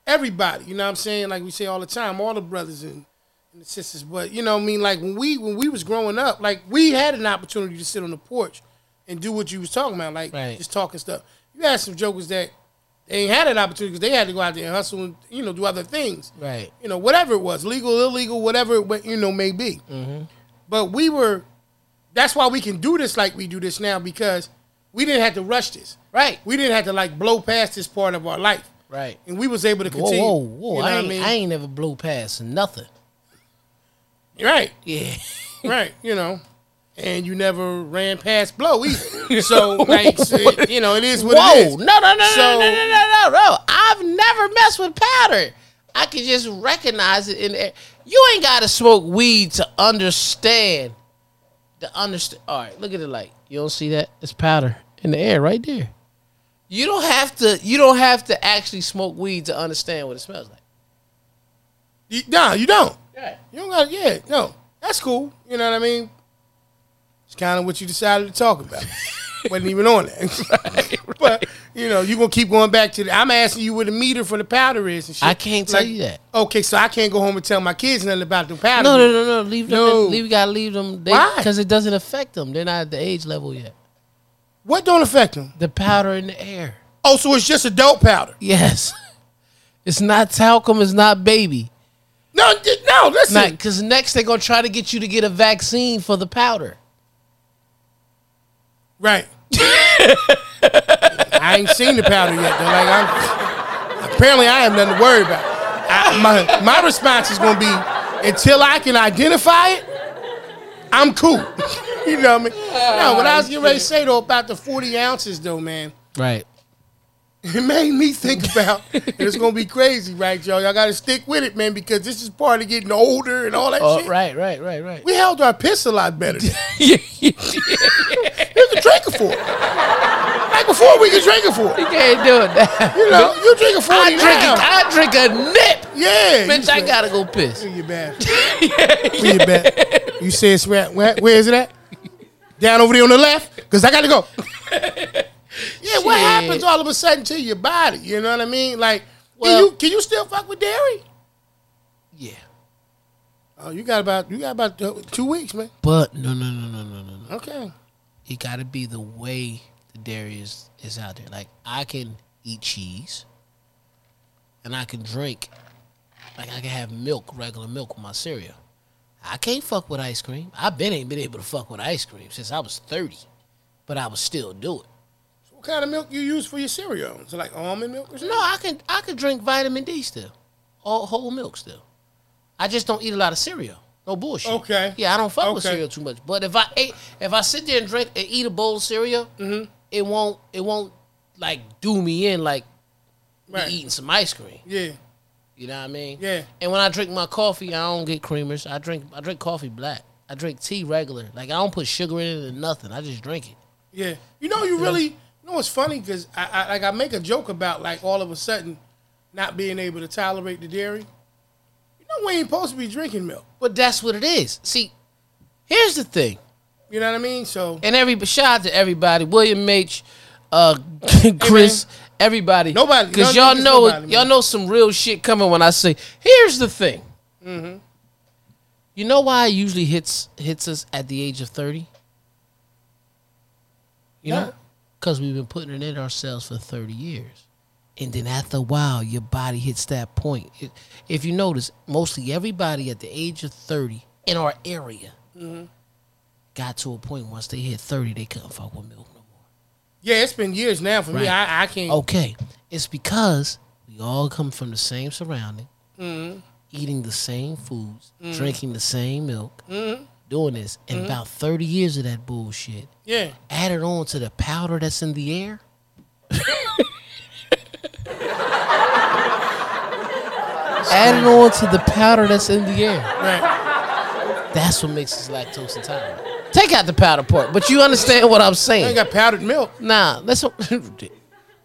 B: everybody you know what i'm saying like we say all the time all the brothers and, and the sisters but you know what i mean like when we when we was growing up like we had an opportunity to sit on the porch and do what you was talking about like
A: Right.
B: just talking stuff you had some jokers that they ain't had that opportunity because they had to go out there and hustle and you know do other things
A: Right.
B: you know, whatever it was, legal, illegal, whatever it wa- you know may be.
A: Mm-hmm.
B: But we were, that's why we can do this like we do this now because we didn't have to rush this.
A: Right.
B: We didn't have to like blow past this part of our life.
A: Right.
B: and we was able to
A: Whoa,
B: continue.
A: whoa, whoa!
B: You know
A: I,
B: what
A: ain't, I, ain't never blew past nothing.
B: Right,
A: Yeah.
B: right. You know, and you never ran past blow either. so like, it- you know, it is what
A: Whoa!
B: it is.
A: No, no, no, no,
B: So-
A: no, no, no, no, no! I've never messed with powder. I can just recognize it in the air. You ain't got to smoke weed to understand. The understand. All right, look at it like you don't see that. It's powder in the air right there. You don't have to. You don't have to actually smoke weed to understand what it smells like.
B: You, nah, you don't.
A: Right.
B: You don't got. Yeah, no, that's cool. You know what I mean? It's kind of what you decided to talk about. wasn't even on that. But you know, you gonna keep going back to. The, I'm asking you where the meter for the powder is and shit.
A: I can't tell you that.
B: Okay, so I can't go home and tell my kids nothing about the powder.
A: No, no, no, no. Leave them.
B: No.
A: In, leave. You gotta leave them. They,
B: Why?
A: Because it doesn't affect them. They're not at the age level yet.
B: What don't affect them?
A: The powder in the air.
B: Oh, so it's just adult powder.
A: Yes. It's not talcum. It's not baby.
B: No, d- no, listen.
A: Not because next they're gonna try to get you to get a vaccine for the powder.
B: Right. I ain't seen the powder yet. Though. Like I'm, apparently I have nothing to worry about. I, my my response is gonna be until I can identify it, I'm cool. you know what I mean? no, what I was getting ready to say though about the 40 ounces though, man,
A: Right.
B: it made me think about. and it's gonna be crazy, right, y'all? Y'all gotta stick with it, man, because this is part of getting older and all that
A: Oh,
B: shit.
A: right. Right. Right. Right.
B: We held our piss a lot better. then.
A: you
B: We could drink it for. Like before, we could drink it for.
A: can't do it. Now.
B: You know, you drink a 40
A: I drink.
B: now.
A: I drink a nip.
B: Yeah.
A: Bitch,
B: you
A: I
B: said-
A: gotta go piss.
B: Where you bad. Where you bad. You said it's where, where, where is it at? Down over there on the left? Because I got to go. yeah, what
A: Shit.
B: happens all of a sudden to your body? You know what I mean? Like,
A: Well-
B: can, you, can you still fuck with dairy?
A: Yeah.
B: Oh, you got about you got about uh, two weeks, man.
A: But no, no, no, no, no, no, no.
B: Okay.
A: it gotta be the way the dairy is is out there. Like I can eat cheese, and I can drink, like I can have milk, regular milk with my cereal. I can't fuck with ice cream. I've been ain't been able to fuck with ice cream since I was thirty, but I would still do it.
B: So what kind of milk you use for your cereal? Is it like almond milk or something?
A: No, I can I can drink vitamin D still, all whole milk still. I just don't eat a lot of cereal. No bullshit.
B: Okay.
A: Yeah, I don't fuck with
B: Okay.
A: cereal too much. But if I ate, if I sit there and drink and eat a bowl of cereal,
B: Mm-hmm.
A: it won't it won't like do me in like me
B: Right.
A: eating some ice cream.
B: Yeah.
A: You know what I mean?
B: Yeah.
A: And when I drink my coffee, I don't get creamers. I drink I drink coffee black. I drink tea regular. Like I don't put sugar in it or nothing. I just drink it.
B: Yeah, you know, you really. You know, it's funny because I, I like I make a joke about like all of a sudden not being able to tolerate the dairy. You know, we ain't supposed to be drinking milk.
A: But that's what it is. See, here's the thing.
B: You know what I mean? So
A: and every shout out to everybody, William H, uh, Chris, everybody,
B: Nobody-
A: because y'all
B: y'all niggas
A: know
B: nobody, man.
A: y'all know some real shit coming when I say. Here's the thing. You know why it usually hits hits us at the age of thirty? You
B: Yeah.
A: know, because we've been putting it in ourselves for thirty years, and then after a while, your body hits that point. It- if you notice, mostly everybody at the age of thirty in our area
B: Mm-hmm.
A: got to a point once they hit 30, they couldn't fuck with milk no more.
B: yeah, it's been years now for me.
A: Right. Oh.
B: I, I can't.
A: Okay. It's because we all come from the same surrounding, eating the same foods, drinking the same milk, doing this. And about 30 years of that bullshit
B: Yeah,
A: added on to the powder that's in the air. added on to the powder that's in the air.
B: right.
A: That's what makes us lactose intolerant. Take out the powder part, but you understand what I'm
B: I ain't
A: saying.
B: got powdered milk.
A: Nah, let's. Not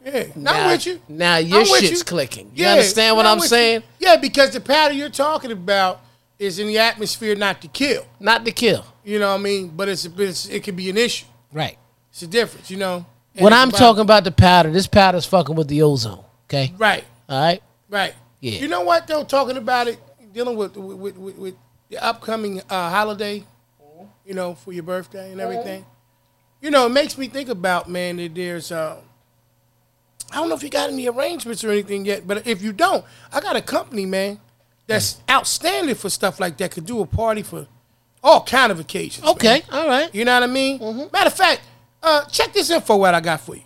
B: Yeah, not with you.
A: Now your
B: I'm with
A: shit's
B: you.
A: clicking. You understand what
B: not
A: I'm
B: with you.
A: saying?
B: Yeah, because the powder you're talking about is in the atmosphere, not to kill.
A: Not to kill.
B: You know what I mean? But it's, it's it could be an issue.
A: Right.
B: It's a difference, you know. And
A: When
B: it's
A: I'm
B: about-
A: talking about the powder, this powder's fucking with the ozone. Okay.
B: right?
A: All right.
B: Right.
A: Yeah.
B: You know what though? Talking about it, dealing with with with, with the upcoming uh, holiday,
A: Mm-hmm.
B: you know, for your birthday and everything. You know, it makes me think about man that there's. Uh, I don't know if you got any arrangements or anything yet, but if you don't, I got a company, man, that's
A: Mm.
B: outstanding for stuff like that. Could do a party for all kind of occasions. man.
A: Okay. All right.
B: You know what I mean? Matter of fact, uh, check this info out I got for you.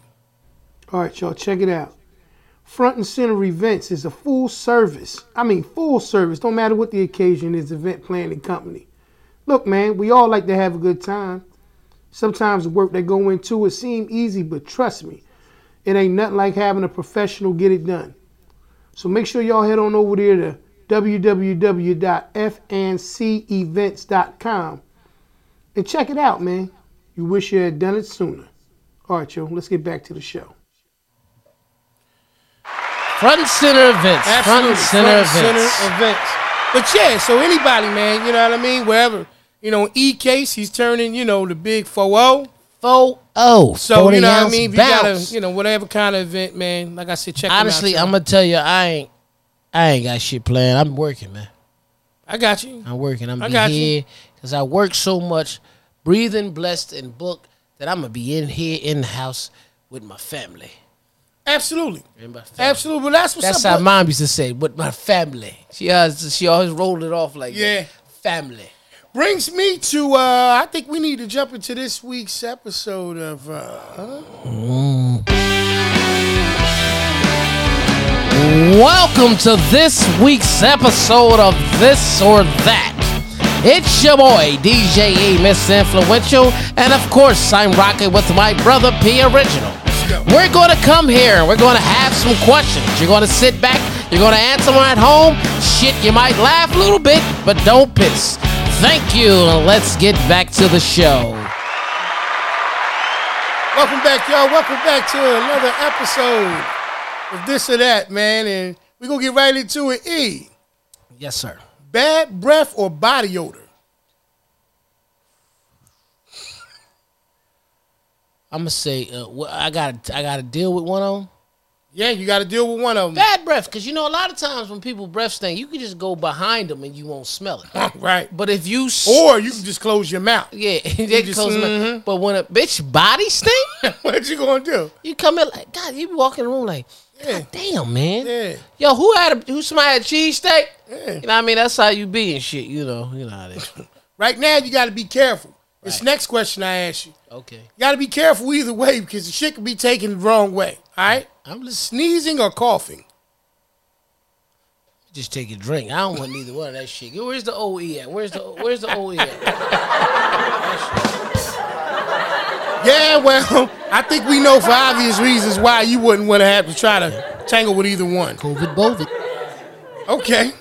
C: All right, y'all, check it out.
B: Front and Center Events is a full service. I mean, full service. Don't matter what the occasion is, event planning company. Look, man, we all like to have a good time. Sometimes the work that go into it seem easy, but trust me, it ain't nothing like having a professional get it done. So make sure y'all head on over there to www.fncevents.com and check it out, man. You wish you had done it sooner. All right, yo, let's get back to the show.
A: Front and center events. Front
B: Absolutely.
A: and center events.
B: center events. But yeah, so anybody, man, you know what I mean? Wherever, you know, E case, he's turning, you know, the big 4
A: Four oh.
B: So, you know what I
A: ounce
B: mean? If you got
A: bounce.
B: a, you know, whatever kind of event, man, like I said, check him
A: Honestly,
B: out.
A: I'm gonna tell you, I ain't, I ain't got shit planned. I'm working, man.
B: I got you.
A: I'm working. I'm
B: I
A: gonna
B: got
A: be
B: you.
A: here because I work so much, breathing, blessed, and booked that I'm gonna be in here in the house with my family.
B: Absolutely.
A: And my family.
B: Absolutely. Well, that's what's
A: That's
B: up.
A: how mom used to say, with my family. She always, she always rolled it off like
B: Yeah.
A: that. Family.
B: Brings me to, uh, I think we need to jump into this week's episode of, uh,
A: Welcome to this week's episode of This or That. It's your boy, DJ E, Miss Influential, and of course, I'm rocking with my brother, P Original.
B: go.
A: We're going to come here and we're going to have some questions. You're going to sit back, you're going to answer them at home. Shit, you might laugh a little bit, but don't piss. Thank you, and let's get back to the show.
B: Welcome back, y'all. Welcome back to another episode of This or That, man. And we're going to get right into it. E,
A: Yes, sir.
B: bad breath or body odor?
A: I'm gonna say uh, wh- I got I got to deal with one of them.
B: Yeah, you got to deal with one of them.
A: bad breath because you know a lot of times when people breath stink you can just go behind them and you won't smell it
B: right.
A: but if you s-
B: Or you can just close your mouth.
A: yeah they
B: just- mm-hmm.
A: close mm but when a bitch body stink
B: what you going to do?
A: you come in like god you be walking in the room like
B: Yeah.
A: god damn man
B: Yeah.
A: yo who had a who somebody had a cheesesteak
B: Yeah.
A: you know what i mean that's how you be and shit you know you know how that
B: Right now, you got to be careful. This next question I ask you.
A: okay
B: You got to be careful either way because the shit can be taken the wrong way. All right?
A: i'm just
B: Sneezing or coughing?
A: just take a drink i don't want neither one of that shit Yo, where's the oe at where's the where's the oe at
B: Yeah, well, I think we know for obvious reasons why you wouldn't want to have to try to tangle with either one.
A: covid bovid
B: Okay.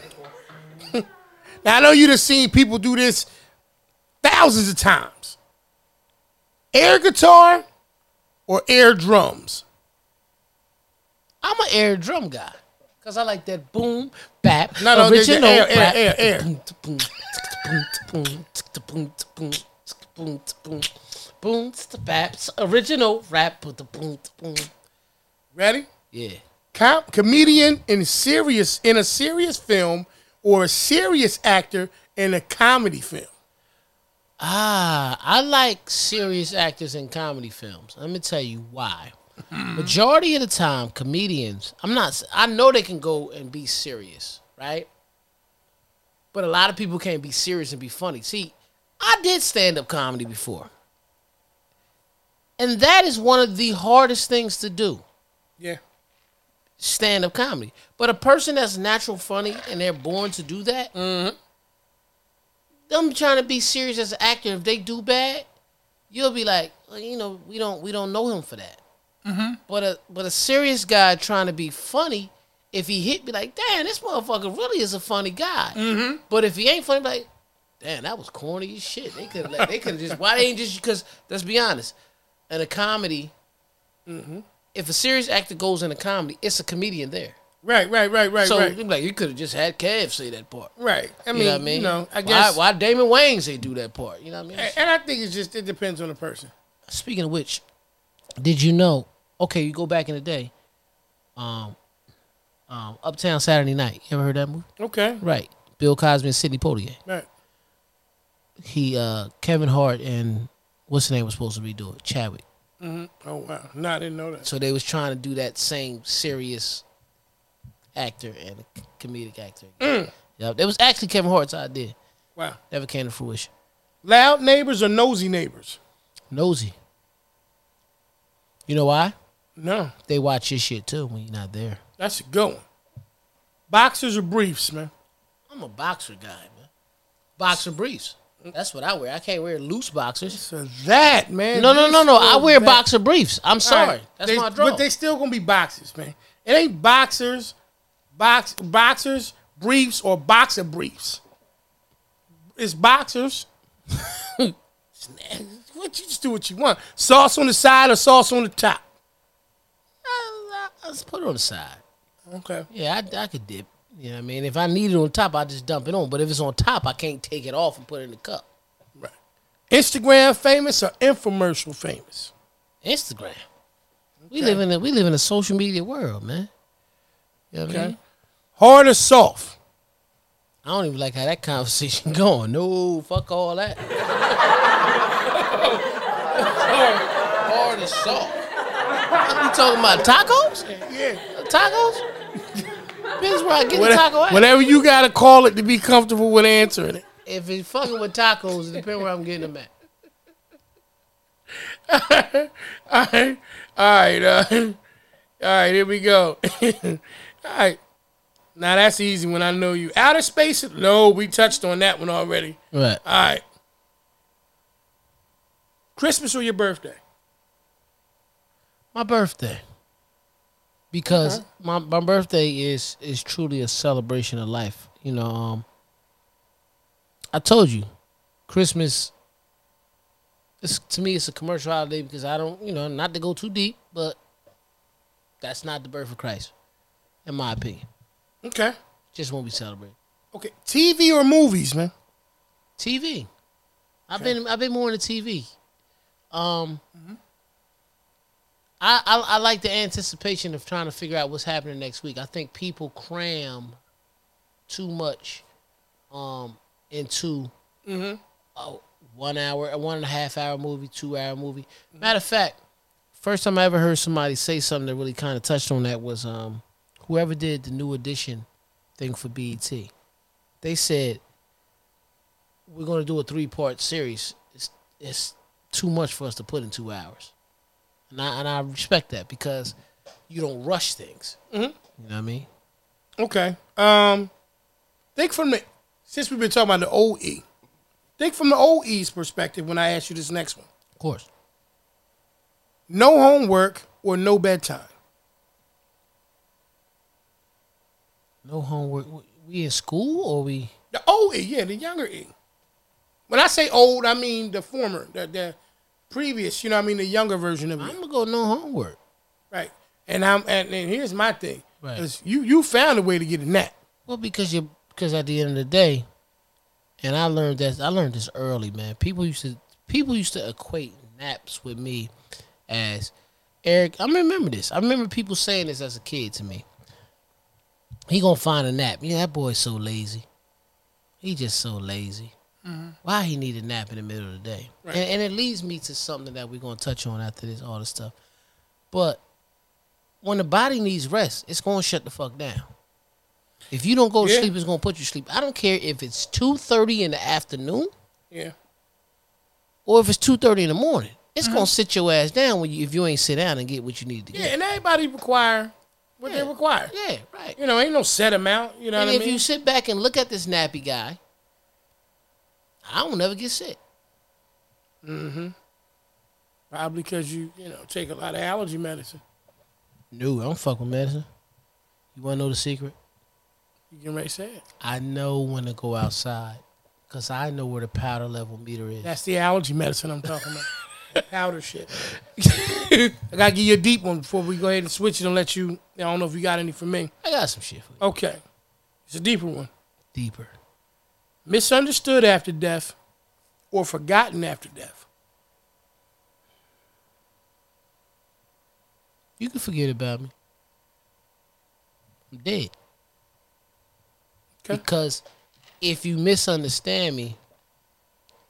B: now I know you done seen people do this thousands of times. Air guitar or air drums?
A: I'm an air drum guy. Cause I like that boom, bap,
B: No, no, there's your
A: original
B: air, air,
A: rap.
B: air, air.
A: Boom, boom, boom, boom, boom, boom, boom, boom, baps, original rap, boom, boom, boom.
B: Ready?
A: Yeah,
B: Com- comedian in serious in a serious film or a serious actor in a comedy film?
A: ah, I like serious actors in comedy films. Let me tell you why. Majority of the time, comedians, I'm not. s- I know they can go and be serious, right? But a lot of people can't be serious and be funny. See, I did stand up comedy before. And that is one of the hardest things to do
B: Yeah.
A: stand up comedy. But a person that's natural funny and they're born to do that, them trying to be serious as an actor, if they do bad, you'll be like, well, you know, we don't we don't know him for that. But a but a serious guy trying to be funny, if he hit, be like, damn, this motherfucker really is a funny guy. But if he ain't funny, be like, damn, that was corny as shit. They could like, they could just why they ain't just because let's be honest, in a comedy, if a serious actor goes in a comedy, it's a comedian there.
B: Right, right, right, right,
A: so
B: right.
A: you're like you could have just had Kev say that part.
B: Right. I
A: You
B: mean,
A: know what I mean?
B: I guess Eh,
A: why, why Damon Wayne say do that part? You know what I mean?
B: and I think it's just it depends on the person.
A: Speaking of which, did you know? Okay, you go back in the day. Um, um, Uptown Saturday Night. You ever heard that movie?
B: Okay.
A: Right. Bill Cosby and Sidney Poitier.
B: Right.
A: He, uh, Kevin Hart and what's the name was supposed to be doing? Chadwick. Mm-hmm.
B: Oh wow. No, I didn't know that.
A: So they was trying to do that same serious actor and comedic actor.
B: Mm.
A: Yep, it was actually Kevin Hart's idea.
B: Wow.
A: Never came to fruition.
B: Loud neighbors or nosy neighbors?
A: Nosy. You know why?
B: No.
A: They watch your shit too when you're not there.
B: That's a good one. Boxers or briefs, man.
A: I'm a boxer guy, man. Boxer briefs. That's what I wear. I can't wear loose boxers.
B: So that man.
A: No, no,
B: this
A: no, no. I
B: goes
A: wear
B: back-
A: boxer briefs. I'm
B: All
A: sorry.
B: right.
A: That's
B: They-
A: my draw.
B: But they still gonna be boxers, man. It ain't boxers, box boxers briefs or boxer briefs. It's boxers. what you just do what you want. Sauce on the side or sauce on the top.
A: I, I, just put it on the side.
B: Okay.
A: Yeah, I, I could dip. You know what I mean? If I need it on top, I just dump it on. But if it's on top, I can't take it off and put it in the cup.
B: Right. Instagram famous or infomercial famous?
A: Instagram. We live in a we live in a social media world, man. You know what I
B: Okay.
A: mean?
B: Hard or soft?
A: I don't even like how that conversation going. No, fuck all that. Hard as salt. You talking about tacos?
B: Yeah.
A: Tacos? Depends where I get the taco
B: Whatever,
A: at.
B: whatever you gotta call it to be comfortable with answering it.
A: If it's fucking with tacos, it depends where I'm getting them at.
B: All right, all right, uh, all right. Here we go. all right. Now that's easy when I know you. Outer space? No, we touched on that one already.
A: Right.
B: All right. Christmas or your birthday?
A: My birthday. Because my, my birthday is is truly a celebration of life. You know, um I told you, Christmas it's to me it's a commercial holiday because I don't you know, not to go too deep, but that's not the birth of Christ, in my opinion.
B: Okay.
A: Just when we celebrate.
B: Okay. TV or movies, man?
A: TV. I've been I've been more into TV. Um, I, I I like the anticipation of trying to figure out what's happening next week. I think people cram too much um, into
B: Mhm.
A: a one hour, a one and a half hour movie, two hour movie. Matter of fact, first time I ever heard somebody say something that really kind of touched on that was um, whoever did the new edition thing for BET. They said we're gonna do a three part series. It's it's too much for us to put in two hours, and I and I respect that because you don't rush things.
B: Mhm.
A: You know what I mean?
B: Okay. Um, think from the since we've been talking about the OE. Think from the OE's perspective when I ask you this next one.
A: Of course.
B: No homework or no bedtime.
A: No homework. We in school or we?
B: The old E, yeah, the younger E. When I say old, I mean the former, the, the previous, you know what I mean, the younger version of
A: I'm
B: me.
A: gonna go no homework.
B: Right. And I'm and, and here's my thing.
A: Right.
B: 'Cause You you found a way to get a nap.
A: Well, because you because at the end of the day, and I learned that I learned this early, man. People used to people used to equate naps with me as Eric. I remember this. I remember people saying this as a kid to me. He gonna find a nap. Yeah, that boy's so lazy. He just so lazy. Why he need a nap in the middle of the day?
B: Mm-hmm. Right.
A: And, and it leads me to something that we're gonna touch on after this, all this stuff. But when the body needs rest, it's gonna shut the fuck down. If you don't go to
B: Yeah.
A: sleep, it's gonna put you to sleep. I don't care if it's two thirty in the afternoon
B: Yeah.
A: or if it's two thirty in the morning. It's gonna sit your ass down when you if you ain't sit down and get what you need to
B: Mm-hmm. Yeah,
A: get.
B: and everybody require what
A: Yeah.
B: they require.
A: Yeah, right.
B: You know, ain't no set amount, you know
A: and
B: what
A: if
B: I mean?
A: you sit back and look at this nappy guy, I don't never get sick.
B: Probably because you, you know, take a lot of allergy medicine.
A: No, I don't fuck with medicine. You wanna know the secret?
B: You can ready to say it.
A: I know when to go outside. Cause I know where the powder level meter is.
B: That's the allergy medicine I'm talking about. The powder shit. I gotta give you a deep one before we go ahead and switch it and let you I don't know if you got any for me.
A: I got some shit for you.
B: Okay. It's a deeper one.
A: Deeper.
B: Misunderstood after death or forgotten after death.
A: You can forget about me. I'm dead.
B: 'Kay.
A: Because if you misunderstand me,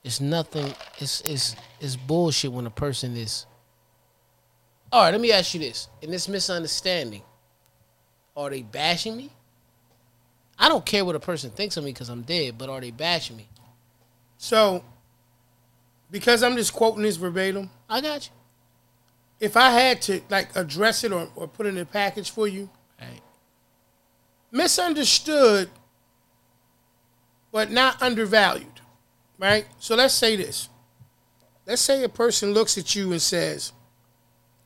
A: it's nothing. It's it's it's bullshit when a person is. All right, let me ask you this: in this misunderstanding, are they bashing me? I don't care what a person thinks of me because I'm dead, but are they bashing me?
B: So, because I'm just quoting this verbatim,
A: I got you.
B: if I had to like address it or, or put it in a package for you,
A: All right.
B: misunderstood, but not undervalued, right? So let's say this. Let's say a person looks at you and says,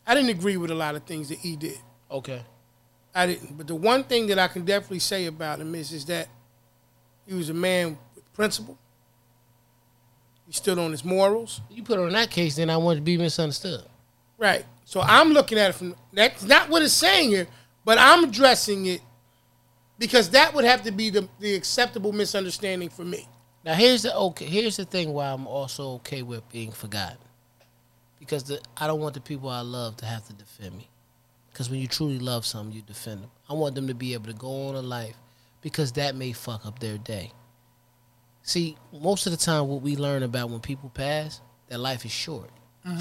B: I didn't agree with a lot of things that he did.
A: Okay.
B: I didn't. But the one thing that I can definitely say about him is, is that he was a man with principle. He stood on his morals.
A: You put it on that case, then I want to be misunderstood.
B: Right. So I'm looking at it from that's not what it's saying here, but I'm addressing it because that would have to be the, the acceptable misunderstanding for me.
A: Now here's the okay. Here's the thing why I'm also okay with being forgotten, because the, I don't want the people I love to have to defend me. Because when you truly love someone, you defend them. I want them to be able to go on in life, because that may fuck up their day. See, most of the time, what we learn about when people pass, that life is short,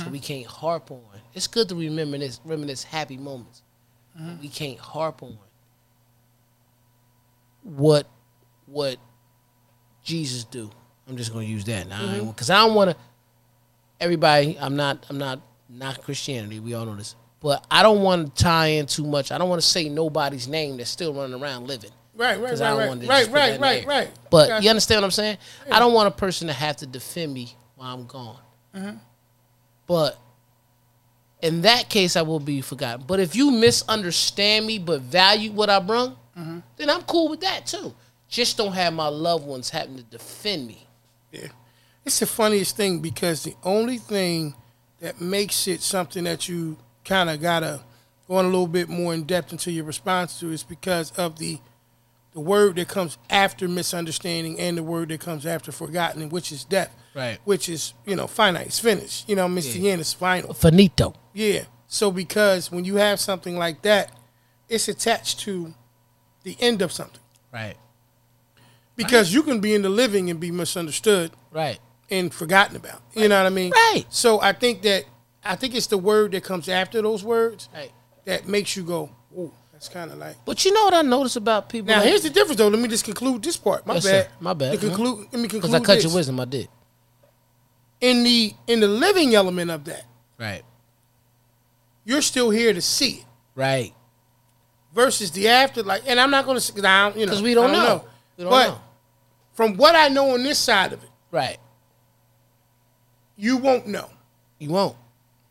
A: so we can't harp on. It's good to remember this, reminisce happy moments. But we can't harp on what what Jesus do. I'm just gonna use that now, because I don't want to. Everybody, I'm not. I'm not not Christianity. We all know this, but I don't want to tie in too much. I don't want to say nobody's name that's still running around living.
B: Right, right,
A: 'Cause
B: right,
A: I don't
B: right,
A: want to
B: right,
A: just put that
B: right,
A: in
B: right,
A: there.
B: right.
A: But
B: Gotcha.
A: you understand what I'm saying? I don't want a person to have to defend me while I'm gone.
B: Mm-hmm.
A: But in that case, I will be forgotten. But if you misunderstand me but value what I brung,
B: Mm-hmm.
A: then I'm cool with that too. Just don't have my loved ones having to defend me.
B: Yeah. It's the funniest thing because the only thing that makes it something that you kind of gotta go on a little bit more in depth into your response to is because of the the word that comes after misunderstanding and the word that comes after forgotten, which is death.
A: Right.
B: Which is you know finite, it's finished. You know, Mr. Yeah. Yen is final.
A: Finito.
B: Yeah. So because when you have something like that, it's attached to the end of something.
A: Right.
B: Because you can be in the living and be misunderstood
A: Right.
B: and forgotten about. You know what I mean?
A: Right.
B: So I think that I think it's the word that comes after those words
A: Right.
B: that makes you go, "Ooh, that's kind of like."
A: But you know what I notice about people?
B: Now
A: like-
B: here's the difference, though. Let me just conclude this part. My
A: Yes,
B: bad.
A: sir. My bad.
B: To conclude, let me
A: Because
B: conclude.
A: I cut
B: this.
A: your wisdom, I did.
B: in the in the living element of that.
A: Right.
B: You're still here to see it
A: Right.
B: versus the after. Like, and I'm not going to down. You know,
A: Because we don't,
B: I
A: know. We don't
B: but
A: know.
B: from what I know on this side of it,
A: Right.
B: you won't know.
A: You won't.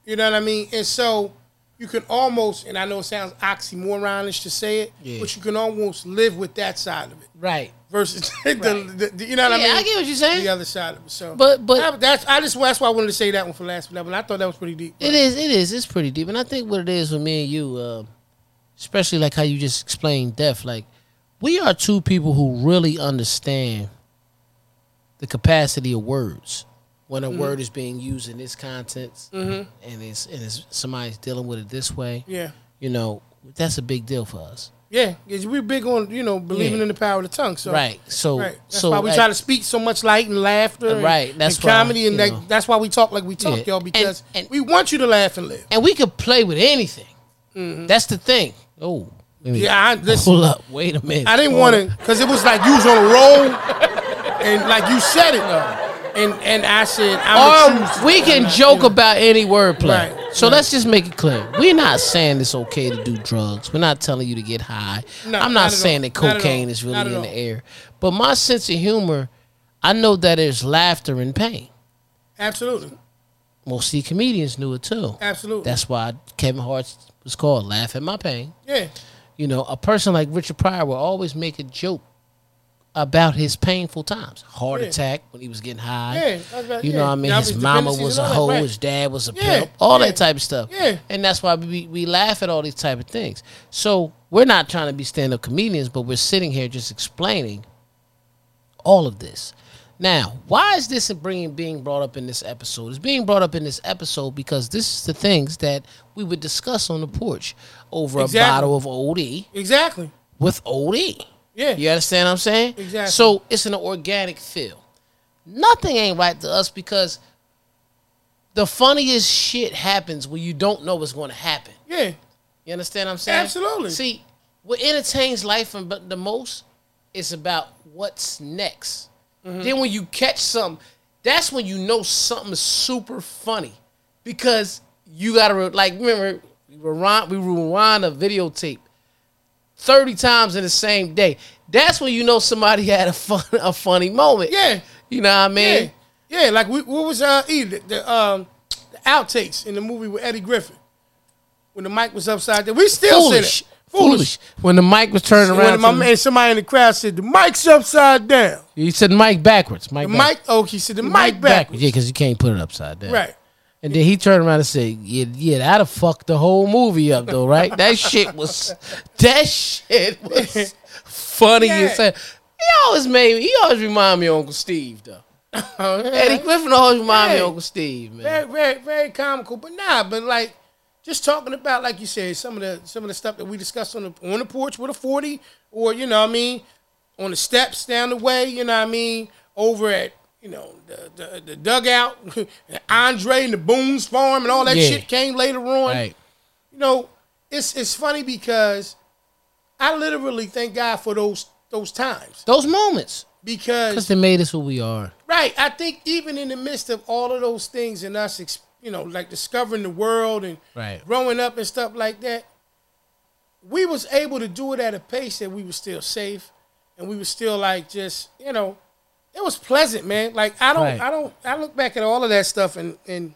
B: You know what I mean? And so you can almost, and I know it sounds oxymoronish to say it,
A: Yeah.
B: but you can almost live with that side of it
A: Right.
B: versus the, the, the- you know what
A: yeah,
B: I mean?
A: I get what you're saying.
B: the other side of it. So,
A: But- but-
B: I- that's I just that's why I wanted to say that one for last but that one. I thought that was pretty deep.
A: It is. It is. It's pretty deep, and I think what it is with me and you, uh, especially like how you just explained death. Like we are two people who really understand the capacity of words when
B: Mm-hmm.
A: a word is being used in its contents, and it's and it's somebody's dealing with it this way.
B: Yeah,
A: You know, that's a big deal for us,
B: yeah. 'cause we're big on you know believing
A: Yeah.
B: in the power of the tongue. So
A: right? So,
B: right. That's
A: so
B: why we
A: like-
B: try to speak so much light and laughter. and-
A: Right, that's
B: and
A: why,
B: comedy, and
A: you
B: that,
A: know.
B: that's why we talk like we talk,
A: Yeah.
B: y'all,
A: And-
B: because
A: and-
B: we want you to laugh and live.
A: and we could play with anything. That's the thing. Oh, wait a minute.
B: Mm-hmm. Yeah, I, listen,
A: Pull up. Wait a minute.
B: I didn't want to, cause it was like you was on a roll, and like you said it, and and I said I'm gonna choose
A: Or Um, we
B: to-
A: can
B: I'm not,
A: joke
B: you know.
A: about any wordplay.
B: Right,
A: So let's just make it clear. We're not saying it's okay to do drugs. We're not telling you to get high.
B: No,
A: I'm
B: not
A: not
B: at
A: saying
B: all.
A: that
B: Not at all.
A: cocaine is really
B: Not at
A: in
B: all.
A: the air. But my sense of humor, I know that there's laughter and pain.
B: Absolutely,
A: Most of the comedians knew it too.
B: absolutely.
A: That's why Kevin Hart was called Laugh at My Pain.
B: yeah,
A: You know, a person like Richard Pryor will always make a joke about his painful times. Heart
B: Yeah.
A: attack when he was getting high.
B: Yeah, that's right,
A: You
B: yeah.
A: know what I mean?
B: Now
A: His
B: his
A: mama
B: dependencies
A: was a
B: and all that,
A: hoe,
B: right.
A: his dad was a
B: Yeah,
A: pimp, all
B: yeah,
A: that type of stuff.
B: yeah.
A: And that's why we, we laugh at all these type of things. So we're not trying to be stand up comedians, but we're sitting here just explaining all of this. Now, why is this bringing being brought up in this episode? It's being brought up in this episode because this is the things that we would discuss on the porch over
B: Exactly.
A: a bottle of Old E
B: exactly.
A: with OD.
B: Yeah,
A: You understand what I'm saying?
B: Exactly.
A: So it's an organic feel. Nothing ain't right to us because the funniest shit happens when you don't know what's going to happen.
B: yeah,
A: You understand what I'm saying?
B: Absolutely.
A: See, what entertains life and but the most is about what's next.
B: Mm-hmm.
A: Then when you catch something, that's when you know something's super funny because you gotta re- like remember we rewind we rewind a videotape thirty times in the same day. That's when you know somebody had a fun a funny moment.
B: Yeah.
A: You know what I mean?
B: Yeah, yeah. Like we, what was uh, E, the, the, um, the outtakes in the movie with Eddie Griffin when the mic was upside down. We still
A: Foolish.
B: said it.
A: Foolish. When the mic was turned around,
B: When my
A: to the-
B: man, somebody in the crowd said the mic's upside down.
A: he said mic backwards. Mic
B: The
A: backwards.
B: mic. Oh, he said the, mic, backwards.
A: Yeah, because you can't put it upside down.
B: Right.
A: And then he turned around and said, "Yeah, yeah, that'd have fucked the whole movie up, though, right? that shit was, that shit was funny
B: Yeah.
A: as hell. He always made me. He always remind me of Uncle Steve, though.
B: Oh, yeah.
A: Eddie Griffin always remind me
B: Yeah.
A: of Uncle Steve, man.
B: very, very, very comical. But nah, but like just talking about, like you said, some of the some of the stuff that we discussed on the on the porch with a forty, or you know what I mean, on the steps down the way, you know what I mean, over at you know the the, the dugout, and Andre and the Boone's farm and all that
A: Yeah.
B: shit came later on.
A: Right.
B: You know, it's it's funny because I literally thank God for those those times
A: Those moments,
B: because
A: because they made us what we are.
B: Right. I think even in the midst of all of those things and us, ex- you know, like discovering the world and
A: Right.
B: growing up and stuff like that, we was able to do it at a pace that we were still safe and we were still like just, you know, it was pleasant, man. Like I don't,
A: Right.
B: I don't, I look back at all of that stuff and and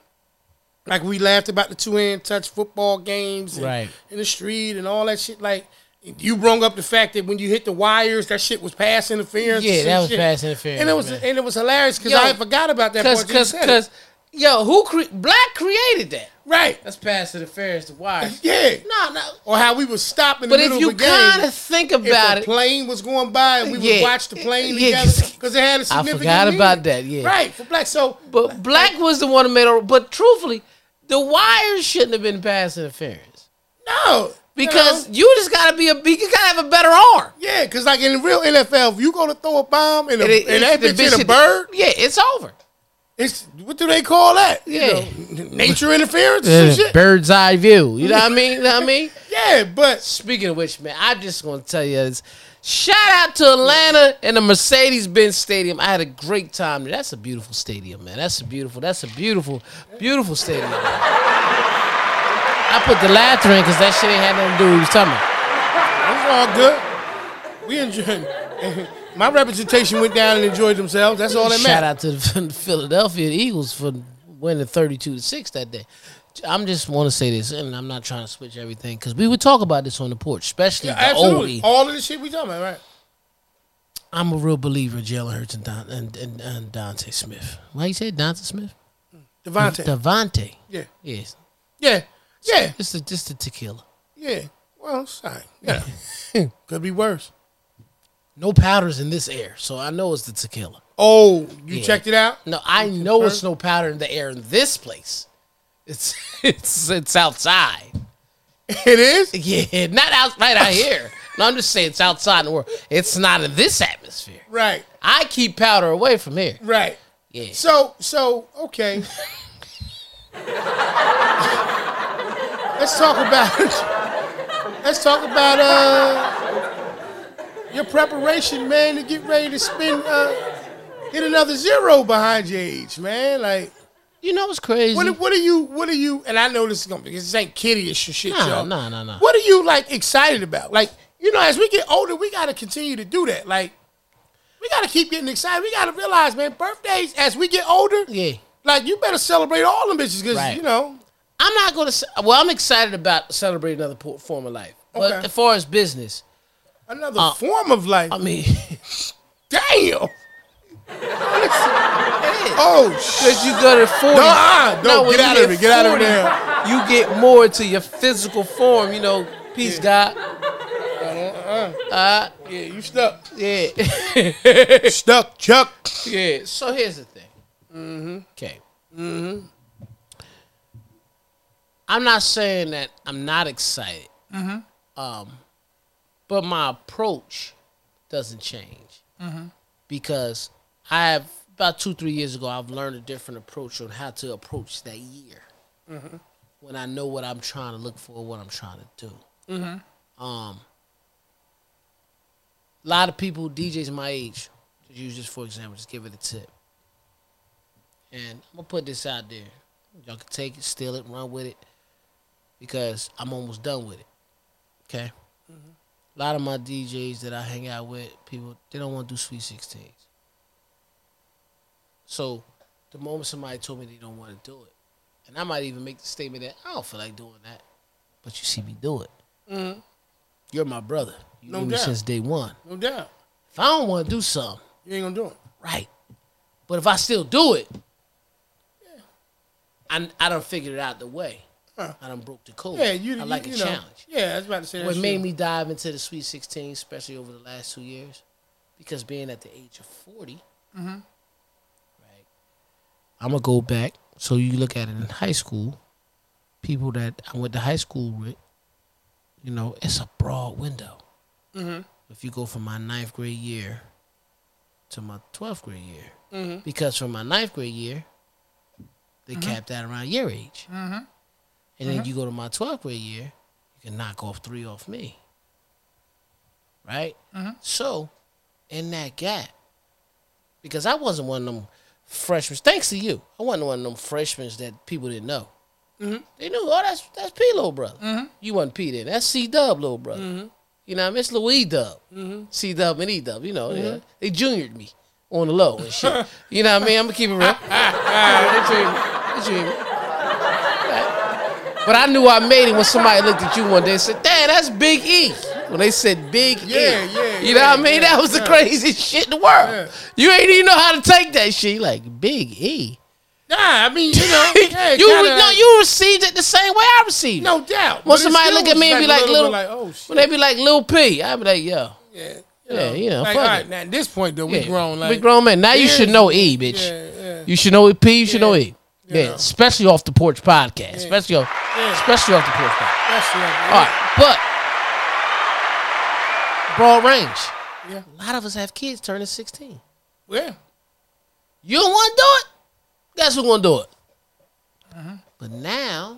B: like we laughed about the two hand touch football games, and,
A: Right.
B: in the street and all that shit. Like you brung up the fact that when you hit the wires, that shit was pass interference.
A: Yeah,
B: and
A: that was
B: shit.
A: pass interference,
B: and it was
A: man.
B: and it was hilarious because
A: Yo,
B: I had forgot about that.
A: Cause,
B: part till you
A: cause,
B: said it.
A: cause, yo, who cre- black created that?
B: right,
A: That's past the fairest to wire.
B: yeah,
A: No, no.
B: or how we would stop in the
A: But
B: middle
A: if you
B: of the game.
A: kind of think
B: if
A: about
B: a
A: it,
B: plane was going by and we would
A: Yeah.
B: watch the plane
A: Yeah,
B: together
A: 'cause-
B: because it had a significant
A: forgot about
B: meaning.
A: that, yeah.
B: right for black. So
A: But Black was the one who made it. But truthfully, the wires shouldn't have been pass interference
B: no you
A: because
B: know?
A: you, just gotta be a you gotta have a better arm.
B: yeah, because like in the real NFL, if you go to throw a bomb and, a,
A: it-
B: and that
A: the
B: bitch hit a
A: should-
B: bird,
A: Yeah, it's over.
B: it's what do they call that? You
A: Yeah.
B: know, nature interference and shit.
A: Bird's eye view. You know what I mean? You know what I mean?
B: Yeah, but
A: Speaking of which, man, I just gonna tell you this. Shout out to Atlanta and the Mercedes Benz Stadium. I had a great time. there. That's a beautiful stadium, man. That's a beautiful. That's a beautiful, beautiful stadium. I put the laughter in because that shit ain't had nothing to do with what he was talking about.
B: it's all good. We enjoyed. My representation went down and enjoyed themselves. That's all that
A: Shout
B: matters.
A: out to the Philadelphia Eagles for winning 32 to 6 that day. I'm just want to say this, and I'm not trying to switch everything because we would talk about this on the porch, especially the E. old
B: Absolutely, Oh.
A: Eagles.
B: all of the shit we talking about, right?
A: I'm a real believer in Jalen Hurts and, Don, and, and, and Dante Smith. Why you say Dante Smith?
B: Devontae.
A: Devontae.
B: yeah,
A: Yes.
B: yeah, yeah,
A: It's the, just the tequila.
B: yeah. Well, sorry. Yeah, could be worse.
A: No powders in this air, so I know it's the tequila.
B: Oh, you
A: Yeah.
B: checked it out?
A: No, I know it's no powder in the air in this place. It's it's it's outside.
B: It is.
A: Yeah, not out right out here. No, I'm just saying it's outside in the world. It's not in this atmosphere.
B: Right,
A: I keep powder away from here.
B: right.
A: Yeah.
B: So, so okay. Let's talk about. Let's talk about uh, your preparation, man, to get ready to spin, uh, hit another zero behind your age, man. Like,
A: You know what's crazy?
B: what, what are you? What are you? And I know this is gonna be this ain't kiddyish and shit,
A: Nah,
B: y'all.
A: nah, nah, nah.
B: What are you like excited about? Like, you know, as we get older, we gotta continue to do that. Like, we gotta keep getting excited. We gotta realize, man, birthdays as we get older,
A: yeah.
B: like you better celebrate all them bitches because
A: Right.
B: you know.
A: I'm not going to. Well, I'm excited about celebrating another po- form of life. But
B: Okay.
A: as far as business,
B: Another
A: Uh,
B: form of life.
A: I mean,
B: Damn.
A: because
B: Oh shit.
A: you go to 40. now
B: Nuh-uh. No,
A: when you
B: get out of here. Get out of
A: 40,
B: there.
A: You get more to your physical form. You know, peace, God.
B: Yeah, you stuck.
A: Yeah.
B: Stuck, Chuck.
A: Yeah. So here's the thing. Okay. Mm-hmm. I'm not saying that I'm not excited. Mm-hmm. Um, but my approach doesn't change mm-hmm. because I have about two, three years ago, I've learned a different approach on how to approach that year Mm-hmm. when I know what I'm trying to look for, what I'm trying to do. Um, a lot of people, DJs my age, to use this for example, just give it a tip. And I'm gonna put this out there. Y'all can take it, steal it, run with it, because I'm almost done with it. Okay. a lot of my DJs that I hang out with, people they don't want to do Sweet Sixteens. So, the moment somebody told me they don't want to do it, and I might even make the statement that I don't feel like doing that, but you see me do it.
B: Mhm.
A: You're my brother. You
B: No
A: knew me
B: doubt.
A: since day one.
B: No doubt.
A: If I don't want to do something,
B: You ain't gonna do it.
A: right. But if I still do it, I I done figured it out the way.
B: Huh.
A: I done broke the code.
B: Yeah, you.
A: I like
B: you,
A: a
B: you know.
A: challenge.
B: Yeah, I was about to say that.
A: What
B: shit.
A: made me dive into the Sweet 16, especially over the last two years, because being at the age of 40,
B: Mm-hmm.
A: right, I'm going to go back. So you look at it in high school, people that I went to high school with, you know, it's a broad window.
B: Mm-hmm.
A: If you go from my ninth grade year to my 12th grade year, because from my ninth grade year, they capped out around your age. And then you go to my 12th grade year, you can knock off three off me. Right? So, in that gap, because I wasn't one of them freshmen, thanks to you, I wasn't one of them freshmen that people didn't know. They knew, oh, that's that's P, little brother.
B: Mm-hmm.
A: You wasn't P then. That's C Dub, little brother. You know what I mean? It's Louis Dub.
B: Mm-hmm.
A: C Dub and E Dub. You know, yeah. they juniored me on the low and shit. you know what I mean? I'm going to keep it real. They juniored me. They juniored me. But I knew I made it when somebody looked at you one day and said, Dad, that's Big E. When they said Big
B: Yeah,
A: E.
B: yeah,
A: You know
B: yeah,
A: what I mean?
B: yeah,
A: that was
B: yeah.
A: the craziest shit in the world. You ain't even know how to take that shit. You Like, Big E.
B: Nah, I mean, you know.
A: you,
B: yeah,
A: re-
B: kinda-
A: no, you received it the same way I received it.
B: No doubt.
A: When
B: But it
A: somebody
B: still
A: look at
B: was
A: me and be like,
B: a little
A: little,
B: bit like, oh shit.
A: when they be like, Lil P, I be like, yo,
B: yeah,
A: Yeah, you know,
B: Like,
A: fuck
B: all right,
A: it.
B: now at this point though, we
A: yeah,
B: grown. Like,
A: we grown man. Now you
B: Yeah.
A: should know E, bitch.
B: Yeah, yeah.
A: You should know it, P. You should know it.
B: You
A: Yeah,
B: know.
A: especially off the porch podcast. Especially off,
B: Yeah.
A: especially off the porch podcast.
B: That's yeah.
A: All right, but broad range.
B: Yeah.
A: A lot of us have kids turning 16.
B: Yeah.
A: You don't want to do it? Guess who's going to do it? But now,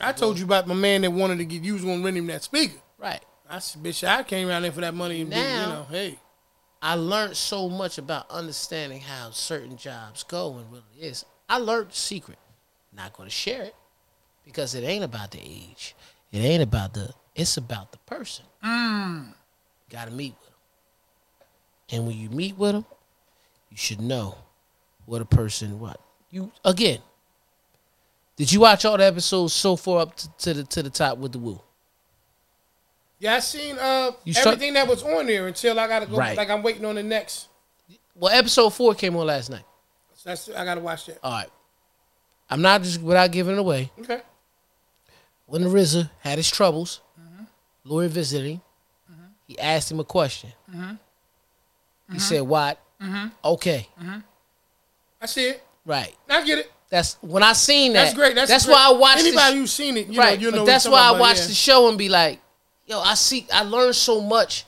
B: I told you about my man that wanted to get you was gonna rent him that speaker.
A: right,
B: I said, bitch, I came around there for that money and
A: Now-
B: you know, hey.
A: I learned so much about understanding how certain jobs go and what it is. I learned the secret. Not going to share it because it ain't about the age. It ain't about the, it's about the person. Got to meet with them. And when you meet with them, you should know what a person what you again. Did you watch all the episodes so far up to, to the to the top with the woo?
B: Yeah, I seen uh
A: You start-
B: everything that was on there until I gotta go
A: Right.
B: like I'm waiting on the next
A: Well, episode four came on last night.
B: so that's I gotta watch that.
A: All right, I'm not just without giving it away.
B: Okay.
A: when the RZA had his troubles, Lori visited him. He asked him a question. He said, "What?"
B: Mm-hmm.
A: Okay,
B: I see it.
A: right.
B: I get it.
A: That's when I seen that.
B: That's great. That's,
A: that's
B: great.
A: why I watched. the
B: Anybody
A: sh-
B: who's seen it, you
A: right,
B: know, you know.
A: but
B: what
A: that's
B: I'm
A: why I
B: talking about,
A: watched
B: yeah.
A: the show and be like, "Yo, I see. I learned so much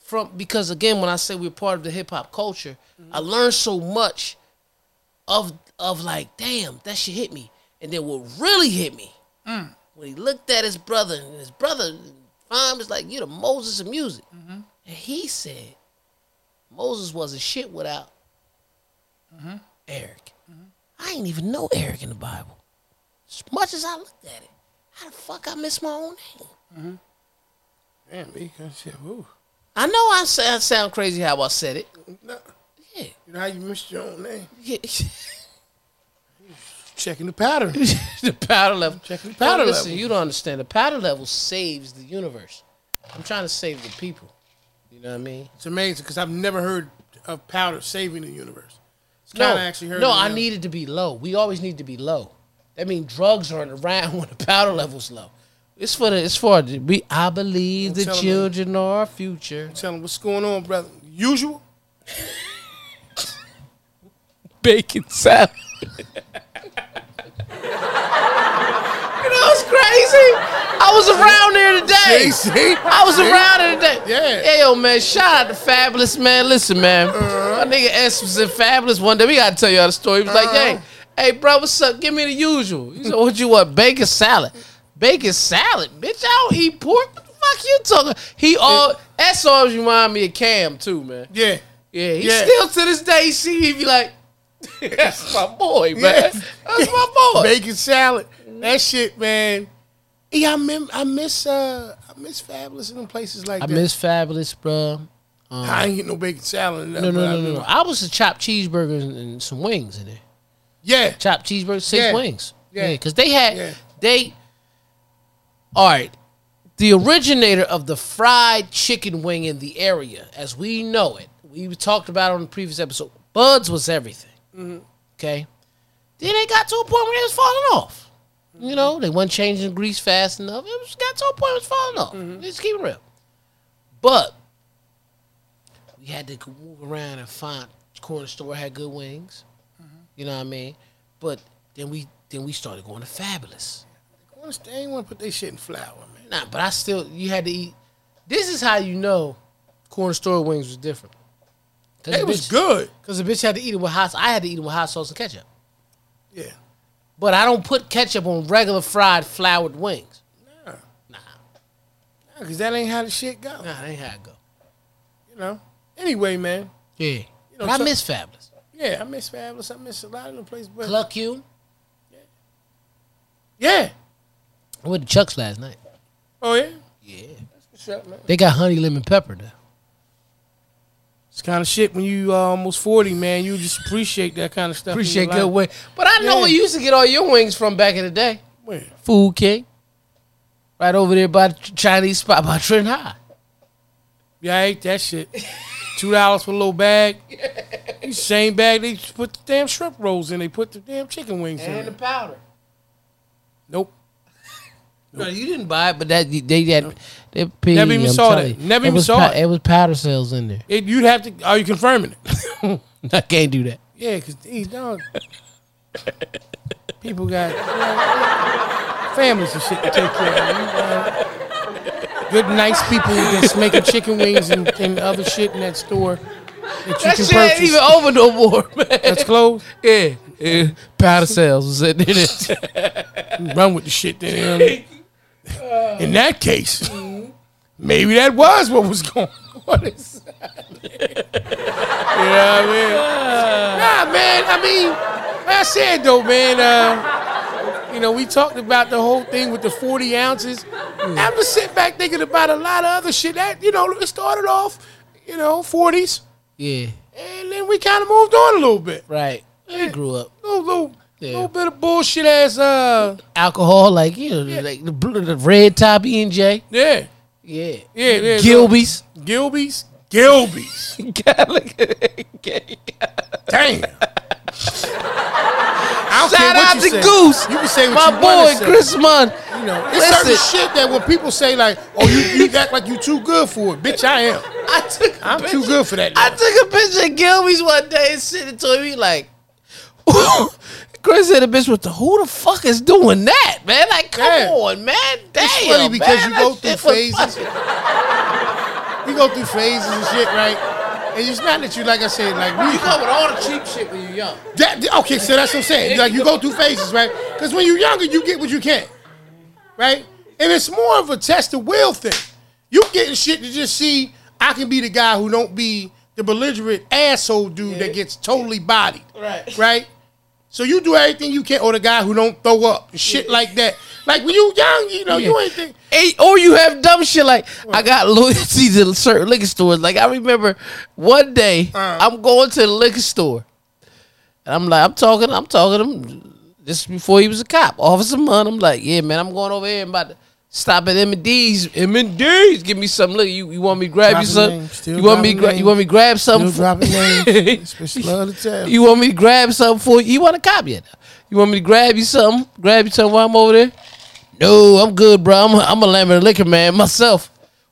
A: from because again, when I say we're part of the hip hop culture,
B: Mm-hmm.
A: I learned so much of of like, damn, that shit hit me. And then what really hit me
B: Mm.
A: when he looked at his brother and his brother, Fine was like, "You the Moses of music,"
B: Mm-hmm.
A: and he said, "Moses wasn't shit without
B: Mm-hmm.
A: Eric. I didn't even know Eric in the Bible. As much as I looked at it, how the fuck I missed my own name?
B: Damn, me, I said, ooh.
A: I know I sound, I sound crazy how I said it.
B: No,
A: Yeah,
B: you know how you missed your own name?
A: yeah.
B: Checking the pattern.
A: the powder level.
B: Checking the
A: Yo,
B: powder
A: listen,
B: level.
A: you don't understand. The powder level saves the universe. I'm trying to save the people. You know what I mean?
B: It's amazing because I've never heard of powder saving the universe. It's
A: No,
B: kinda actually heard
A: no,
B: of
A: I
B: now.
A: need it to be low. We always need to be low. That means drugs aren't around when the powder level's low. It's for the. It's for the, we. I believe the
B: telling you.
A: children are our future.
B: Tell him what's going on, brother. Usual.
A: bacon salad. you know what's crazy? I was around there today.
B: see?
A: I was around there today.
B: Yeah.
A: Hey, yo, man, shout out to Fabulous, man. Listen, man.
B: Uh-huh.
A: My nigga S was in Fabulous one day. We got to tell y'all the story. He was like,
B: Uh-huh.
A: hey, hey, bro, what's up? Give me the usual. He said, what you want? Bacon salad. Bacon salad? Bitch, I don't eat pork. What the fuck you talking? He all, S always remind me of Cam, too, man.
B: Yeah.
A: Yeah, he
B: Yeah.
A: still to this day see he be like, that's my boy, man.
B: Yes.
A: That's my boy.
B: Bacon salad. That shit, man. Yeah, I mem- I miss uh I miss Fabulous and them places like
A: I
B: that.
A: miss Fabulous, bruh.
B: I ain't get no bacon salad. and
A: No,
B: nothing,
A: no,
B: but
A: no,
B: I
A: no,
B: remember-
A: no. I was a chopped cheeseburger and, and some wings in there.
B: Yeah,
A: Chopped cheeseburger, six
B: Yeah.
A: wings.
B: Yeah.
A: Yeah, because they had
B: Yeah.
A: they. All right, the originator of the fried chicken wing in the area, as we know it, we talked about it on the previous episode. Buds was everything.
B: Mm-hmm.
A: Okay, then they got to a point where it was falling off. You know, they weren't changing grease fast enough. It was, got to a point where it was falling off.
B: Mm-hmm.
A: Let's keep it real. But we had to go move around and find corner store had good wings. You know what I mean? But then we then we started going to Fabulous.
B: Once they ain't want to put their shit in flour, man.
A: Nah, but I still you had to eat. This is how you know corner store wings was different. Cause
B: They
A: the
B: was
A: bitch-
B: good.
A: Cause the bitch had to eat it with hot. I had to eat it with hot sauce and ketchup.
B: Yeah,
A: But I don't put ketchup on regular fried floured wings.
B: because that ain't how the shit go.
A: Nah, that ain't how it go.
B: You know. Anyway, man.
A: Yeah,
B: know,
A: but I
B: so-
A: miss Fabulous.
B: Yeah, I miss Fabulous. I miss a lot of them places. But
A: Cluck you.
B: yeah.
A: I went to Chuck's last night.
B: Oh yeah.
A: Yeah,
B: What's up, man?
A: they got honey lemon pepper there.
B: It's kind of shit when you uh, almost forty, man. You just appreciate that kind of stuff. in your
A: Appreciate
B: life.
A: good wing. But I know
B: Yeah.
A: where you used to get all your wings from back in the day.
B: Where?
A: Food King. Right over there by the Ch- Chinese spot by Trenton High.
B: Yeah, I ate that shit. Two dollars for a little bag. Same bag they put the damn shrimp rolls in. They put the damn chicken wings in. it.
A: powder.
B: Nope.
A: No, you didn't buy it, but that they that they pig,
B: Never even
A: I'm
B: saw
A: telling
B: that.
A: you.
B: Never
A: it
B: even
A: was
B: saw
A: pow-
B: it.
A: It was powder sales in there.
B: It, you'd have to. Are you confirming it?
A: I can't do that.
B: yeah, because these dog people got families and shit to take care of. You know. Good, nice people that's making chicken wings and, and other shit in that store that you
A: That
B: can
A: shit ain't
B: purchase.
A: even over no more, man.
B: that's closed.
A: Yeah, yeah. powder sales was in there.
B: run with the shit then. you know what I mean? In that case, maybe that was what was going on. inside there. you know what I mean? Nah, man. I mean, like I said though, man. Uh, you know, we talked about the whole thing with the forty ounces. I'm just sitting back thinking about a lot of other shit. That you know, it started off, you know, forties,
A: yeah,
B: and then we kind of moved on a little bit.
A: right. We grew up.
B: Little, little,
A: Yeah.
B: little bit of bullshit ass. Uh,
A: Alcohol, like you know, like the, blue, the red top E and J.
B: yeah,
A: Yeah,
B: yeah, yeah. so-
A: Gilby's.
B: Gilby's? Gilby's. Damn. I don't care
A: Shout out
B: what you
A: to
B: say.
A: Goose,
B: You can say what
A: my
B: you wanna
A: boy
B: say.
A: Chris Munn.
B: You know, it's certain shit that when people say like, "Oh, you, you act like you too good for it," bitch, I am.
A: I took a
B: I'm too
A: picture-
B: good for that
A: I
B: now.
A: took a picture of Gilby's one day and sent it to him. He like, Chris said the bitch with the who the fuck is doing that, man? Like, come
B: Yeah.
A: on, man. Damn,
B: It's funny because
A: man.
B: you go
A: That
B: through
A: shit was
B: phases.
A: fucking-
B: You go through phases and shit, right? And it's not that you, like I said, like
A: You
B: we.
A: come with all the cheap shit when you're young.
B: That, okay, so that's what I'm saying. Like you go through phases, right? Because when you're younger, you get what you can, right? And it's more of a test of will thing. You getting shit to just see I can be the guy who don't be the belligerent asshole dude that gets totally bodied,
A: Right.
B: Right. So you do everything you can, or the guy who don't throw up, and shit like that. Like when you young, you know, you
A: Yeah.
B: ain't think.
A: Hey, or oh, you have dumb shit like I got loyalty to certain liquor stores. Like I remember one day I'm going to the liquor store, and I'm like, I'm talking, I'm talking to him. This is before he was a cop, Officer Munn. I'm like, yeah, man, I'm going over here and about to stop at M and D's. M and D's, give me some. Look, you, you want me to grab
B: Dropping
A: you something?
B: names, still
A: you want me?
B: dropping
A: Gra-
B: names.
A: you want me to grab something?
B: Still dropping names. Especially love to tell.
A: You want me to grab something for you? You want to copy it? You want me to grab you something? Grab you something while I'm over there? No, I'm good, bro. I'm, I'm a Lambert liquor man myself.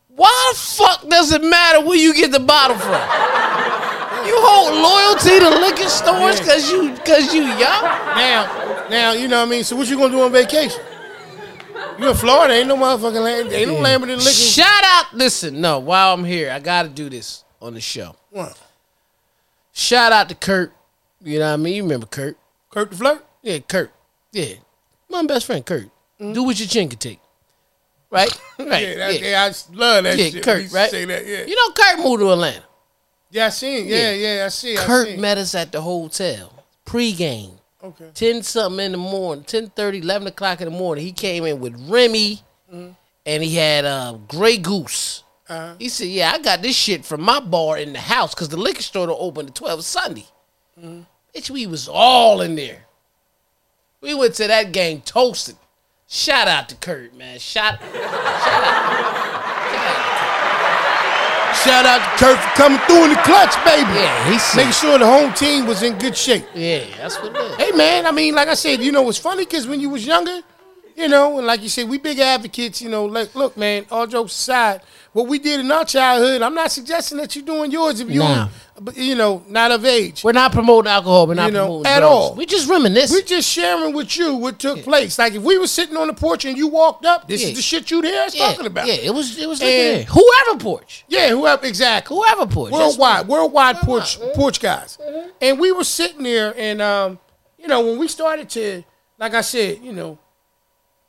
A: Why the fuck does it matter where you get the bottle from? You hold loyalty to liquor stores because you because you young.
B: Now, now you know what I mean. So what you gonna do on vacation? You in Florida? Ain't no motherfucking land. Ain't no Lamborghini liquor.
A: Shout out! Listen, no. While I'm here, I gotta do this on the show.
B: One.
A: Shout out to Kurt. You know what I mean? You remember Kurt?
B: Kurt the flirt.
A: Yeah, Kurt. Yeah. My best friend, Kurt. Do what your chin can take. Right? Right.
B: Mm-hmm. Yeah, that, yeah. I just love that
A: Yeah,
B: shit. when
A: Kurt,
B: he
A: right?
B: Say that. Yeah.
A: You know, Kurt moved to Atlanta.
B: yeah, I seen. Yeah, yeah, I see. I
A: Kurt
B: seen.
A: met us at the hotel pregame,
B: Okay.
A: ten something in the morning, 10 11 o'clock in the morning. He came in with Remy
B: Mm-hmm.
A: and he had uh, Grey Goose.
B: Uh-huh.
A: He said, "Yeah, I got this shit from my bar in the house because the liquor store don't open at twelve Sunday.
B: Mm-hmm.
A: Bitch, we was all in there. We went to that game toasted. Shout out to Kurt, man. Shout, shout out,
B: Shout out to Kurt for coming through in the clutch, baby.
A: yeah, he said,
B: Make sure the home team was in good shape.
A: yeah, that's what it is.
B: Hey man, I mean, like I said, you know, it's funny because when you was younger, you know, and like you said, we big advocates. You know, like look, man, all jokes aside, what we did in our childhood, I'm not suggesting that you doing yours if you,
A: Nah.
B: but you know, not of age.
A: We're not promoting alcohol. We're not
B: You know,
A: promoting
B: at
A: drugs.
B: all.
A: We just reminisce.
B: We just sharing with you what took place. Like if we were sitting on the porch and you walked up, this
A: Yeah.
B: is the shit you would hear us
A: yeah,
B: talking about.
A: yeah, it was it was like
B: And-
A: yeah. whoever porch,
B: yeah, whoever, exactly.
A: whoever porch, That's-
B: worldwide, worldwide porch porch guys.
A: Mm-hmm.
B: And we were sitting there, and um, you know, when we started to, like I said, you know,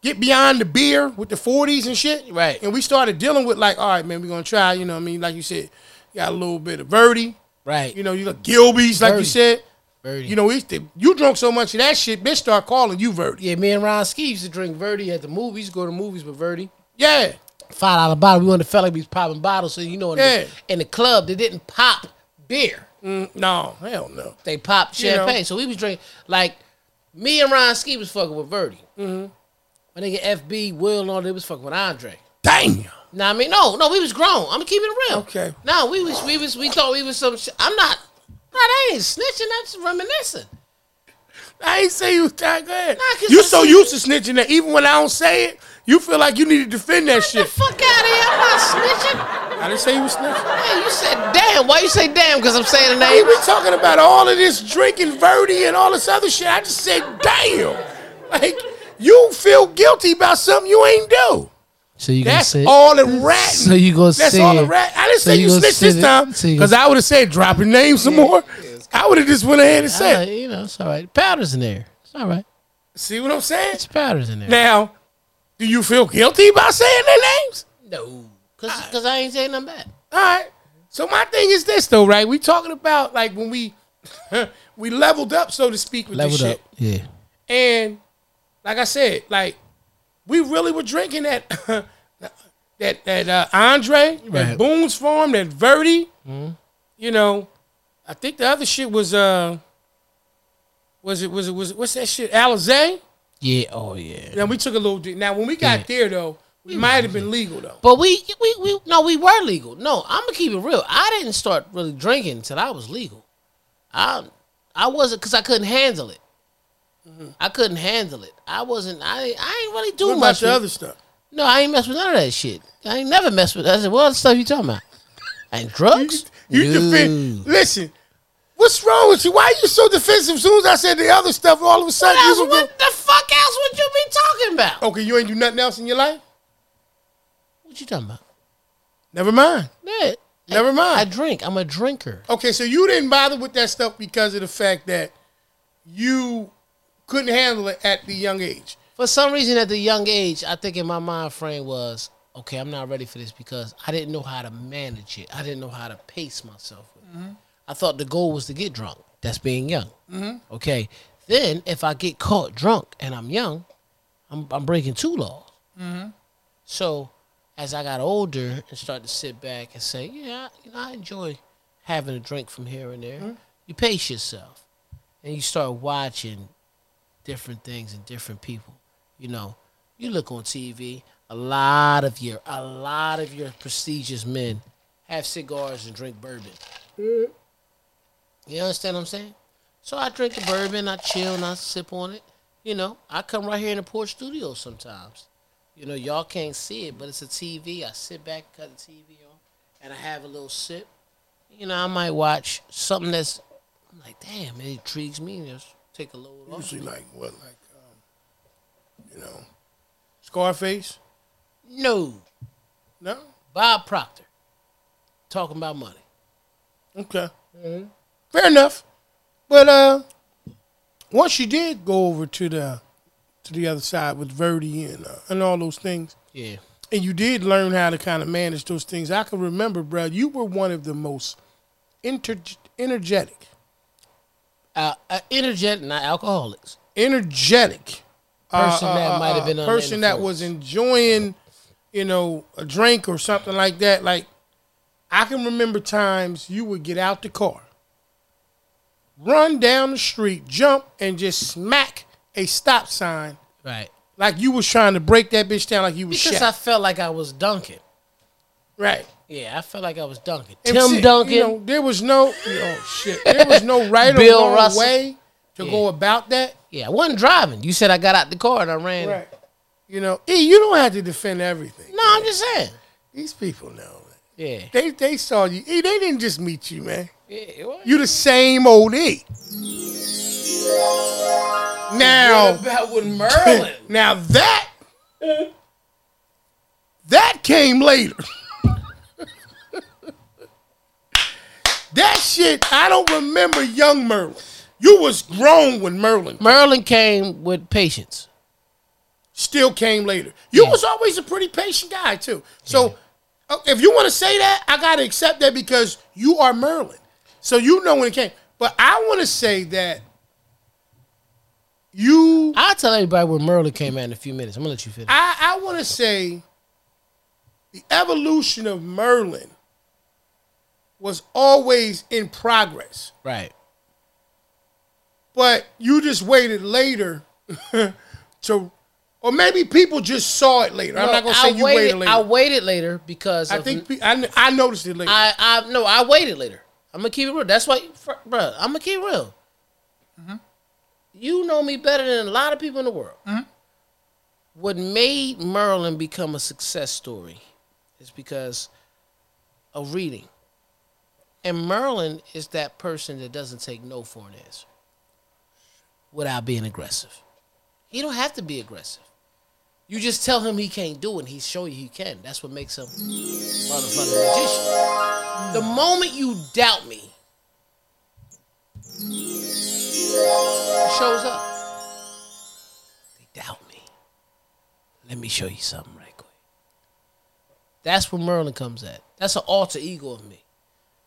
B: get beyond the beer with the forties and shit,
A: Right.
B: And we started dealing with like, all right, man, we're gonna try. You know, what I mean, like you said, you got a little bit of Verdi,
A: right?
B: you know, you got Gilby's, like you
A: Verdi.
B: said.
A: Verdi.
B: You know, it's the, you drunk so much of that shit, bitch, start calling you Verdi.
A: yeah, me and Ron Ski used to drink Verdi at the movies. Go to movies with Verdi.
B: Yeah,
A: five dollar bottle. We wanted to feel like we was popping bottles, so you know, in,
B: Yeah.
A: the, in the club they didn't pop beer;
B: Mm, no, hell no.
A: they popped
B: You know.
A: champagne. So we was drinking like me and Ron Ski was fucking with Verdi. Mm-hmm. My nigga FB Will and all they was fucking with Andre.
B: Damn.
A: Now I mean, no, no, we was grown. I'm keeping it real.
B: Okay.
A: No, we was we was we thought we was some. Sh- I'm not. No, that ain't snitching. That's reminiscing.
B: I ain't say you was that good.
A: Nah, 'cause
B: you
A: I
B: so
A: said-
B: used to snitching that even when I don't say it, you feel like you need to defend that
A: Get
B: shit.
A: the fuck out of here! I'm not snitching.
B: I didn't say you was snitching.
A: Hey, you said damn. Why you say damn? Because I'm saying the
B: Hey,
A: name.
B: we talking about all of this drinking Verdi and all this other shit. I just said, damn. Like, you feel guilty about something you ain't do.
A: So you
B: That's all the ratting.
A: So you gonna
B: That's
A: say
B: all the
A: it.
B: rat. I didn't
A: So
B: say
A: you
B: you
A: gonna
B: snitched
A: sit
B: this
A: it-
B: time
A: so you-
B: because I would have said drop your name some more. I would have just went ahead and
A: Uh,
B: said,
A: you know, it's all right. Powder's in there. It's all right.
B: see what I'm saying?
A: It's powders in there.
B: Now, do you feel guilty about saying their names?
A: No, cause, cause I ain't saying nothing bad.
B: All right. So my thing is this though, right? We talking about like when we we leveled up, so to speak, with this shit.
A: yeah.
B: And like I said, like we really were drinking that that that uh, Andre,
A: Right.
B: that Boone's Farm, that Verdi. You know, I think the other shit was uh was it was it was it, what's that shit Alizé?
A: Yeah. Oh yeah.
B: Now we took a little. di- Now when we got there though, we might have been legal though.
A: But we we we no, we were legal. No, I'm gonna keep it real. I didn't start really drinking until I was legal. I I wasn't cause I couldn't handle it. I couldn't handle it. I wasn't. I I ain't really do
B: Mm-hmm. What about
A: much.
B: the
A: with-
B: other stuff?
A: No, I ain't mess with none of that shit. I ain't never messed with. I said, what other stuff you talking about? And drugs?
B: You
A: No.
B: defend. Listen, what's wrong with you? Why are you so defensive? As soon as I said the other stuff, all of a sudden
A: What, else,
B: you were
A: what the fuck else would you be talking about?
B: go, okay. You ain't do nothing else in your life.
A: What you talking about?
B: Never mind.
A: Yeah.
B: Never
A: I
B: mind.
A: drink. I'm a drinker.
B: Okay, so you didn't bother with that stuff because of the fact that you couldn't handle it at the young age.
A: For some reason, at the young age, I think in my mind frame was, okay, I'm not ready for this because I didn't know how to manage it. I didn't know how to pace myself. With it. I thought the goal was to get drunk. That's being young. Okay. Then if I get caught drunk and I'm young, I'm, I'm breaking two laws. So as I got older and started to sit back and say, yeah, you know, I enjoy having a drink from here and there. You pace yourself, and you start watching different things and different people. You know, you look on TV, a lot of your a lot of your prestigious men have cigars and drink bourbon. You understand what I'm saying? So I drink the bourbon, I chill, and I sip on it. You know, I come right here in the porch studio sometimes. You know, y'all can't see it, but it's a TV. I sit back, cut the TV on, and I have a little sip. You know, I might watch something that's I'm like, damn, it intrigues me. Just take a load off.
B: Usually, like what, like um, you know, Scarface?
A: No,
B: No.
A: Bob Proctor, talking about money.
B: Okay. Fair enough. But uh, once you did go over to the to the other side with Verdi and uh, and all those things,
A: Yeah,
B: and you did learn how to kind of manage those things. I can remember, bro, you were one of the most inter- energetic,
A: uh, uh, energetic, not alcoholics.
B: energetic uh,
A: Person that might have been under
B: person that was
A: influence.
B: enjoying you know, a drink or something like that. Like, I can remember times you would get out the car, run down the street, jump, and just smack a stop sign
A: Right.
B: like you was trying to break that bitch down like you was
A: Because
B: shot.
A: I felt like I was dunking.
B: right.
A: Yeah, I felt like I was dunking.
B: And
A: Tim
B: shit,
A: Duncan.
B: You know, there was no, oh shit, there was no right
A: Bill
B: or wrong
A: Russell.
B: way to go about that.
A: yeah, I wasn't driving. You said I got out the car and I ran.
B: Right. You know, E, you don't have to defend everything.
A: No, I'm just saying.
B: These people know. Man.
A: Yeah.
B: They they saw you. E, they didn't just meet you, man.
A: yeah it was.
B: You the same old E. Now,
C: about with Merlin?
B: now that that came later. that shit, I don't remember young Merlin. You was grown when Merlin
A: Merlin came with patience.
B: still came later. You
A: Yeah.
B: was always a pretty patient guy too. So uh, if you want to say that, I gotta accept that because you are Merlin. So you know when it came. But I want to say that you,
A: I'll tell everybody where Merlin came at in a few minutes. I'm gonna let you finish.
B: I, I want to say the evolution of Merlin was always in progress.
A: Right.
B: but you just waited later to, or maybe people just saw it later. I'm not gonna say
A: I
B: you
A: waited,
B: waited, later.
A: I
B: I,
A: waited later because of-
B: think pe- I, kn- I noticed it later.
A: I, I no, I waited later. I'm gonna keep it real. That's why, fr- bruh, I'm gonna keep it real. You know me better than a lot of people in the world. What made Merlin become a success story is because of reading, and Merlin is that person that doesn't take no for an answer without being aggressive. He don't have to be aggressive. You just tell him he can't do it, and he show you he can. That's what makes him motherfucking magician. The moment you doubt me, it shows up. They doubt me. Let me show you something right quick. That's where Merlin comes at. That's an alter ego of me.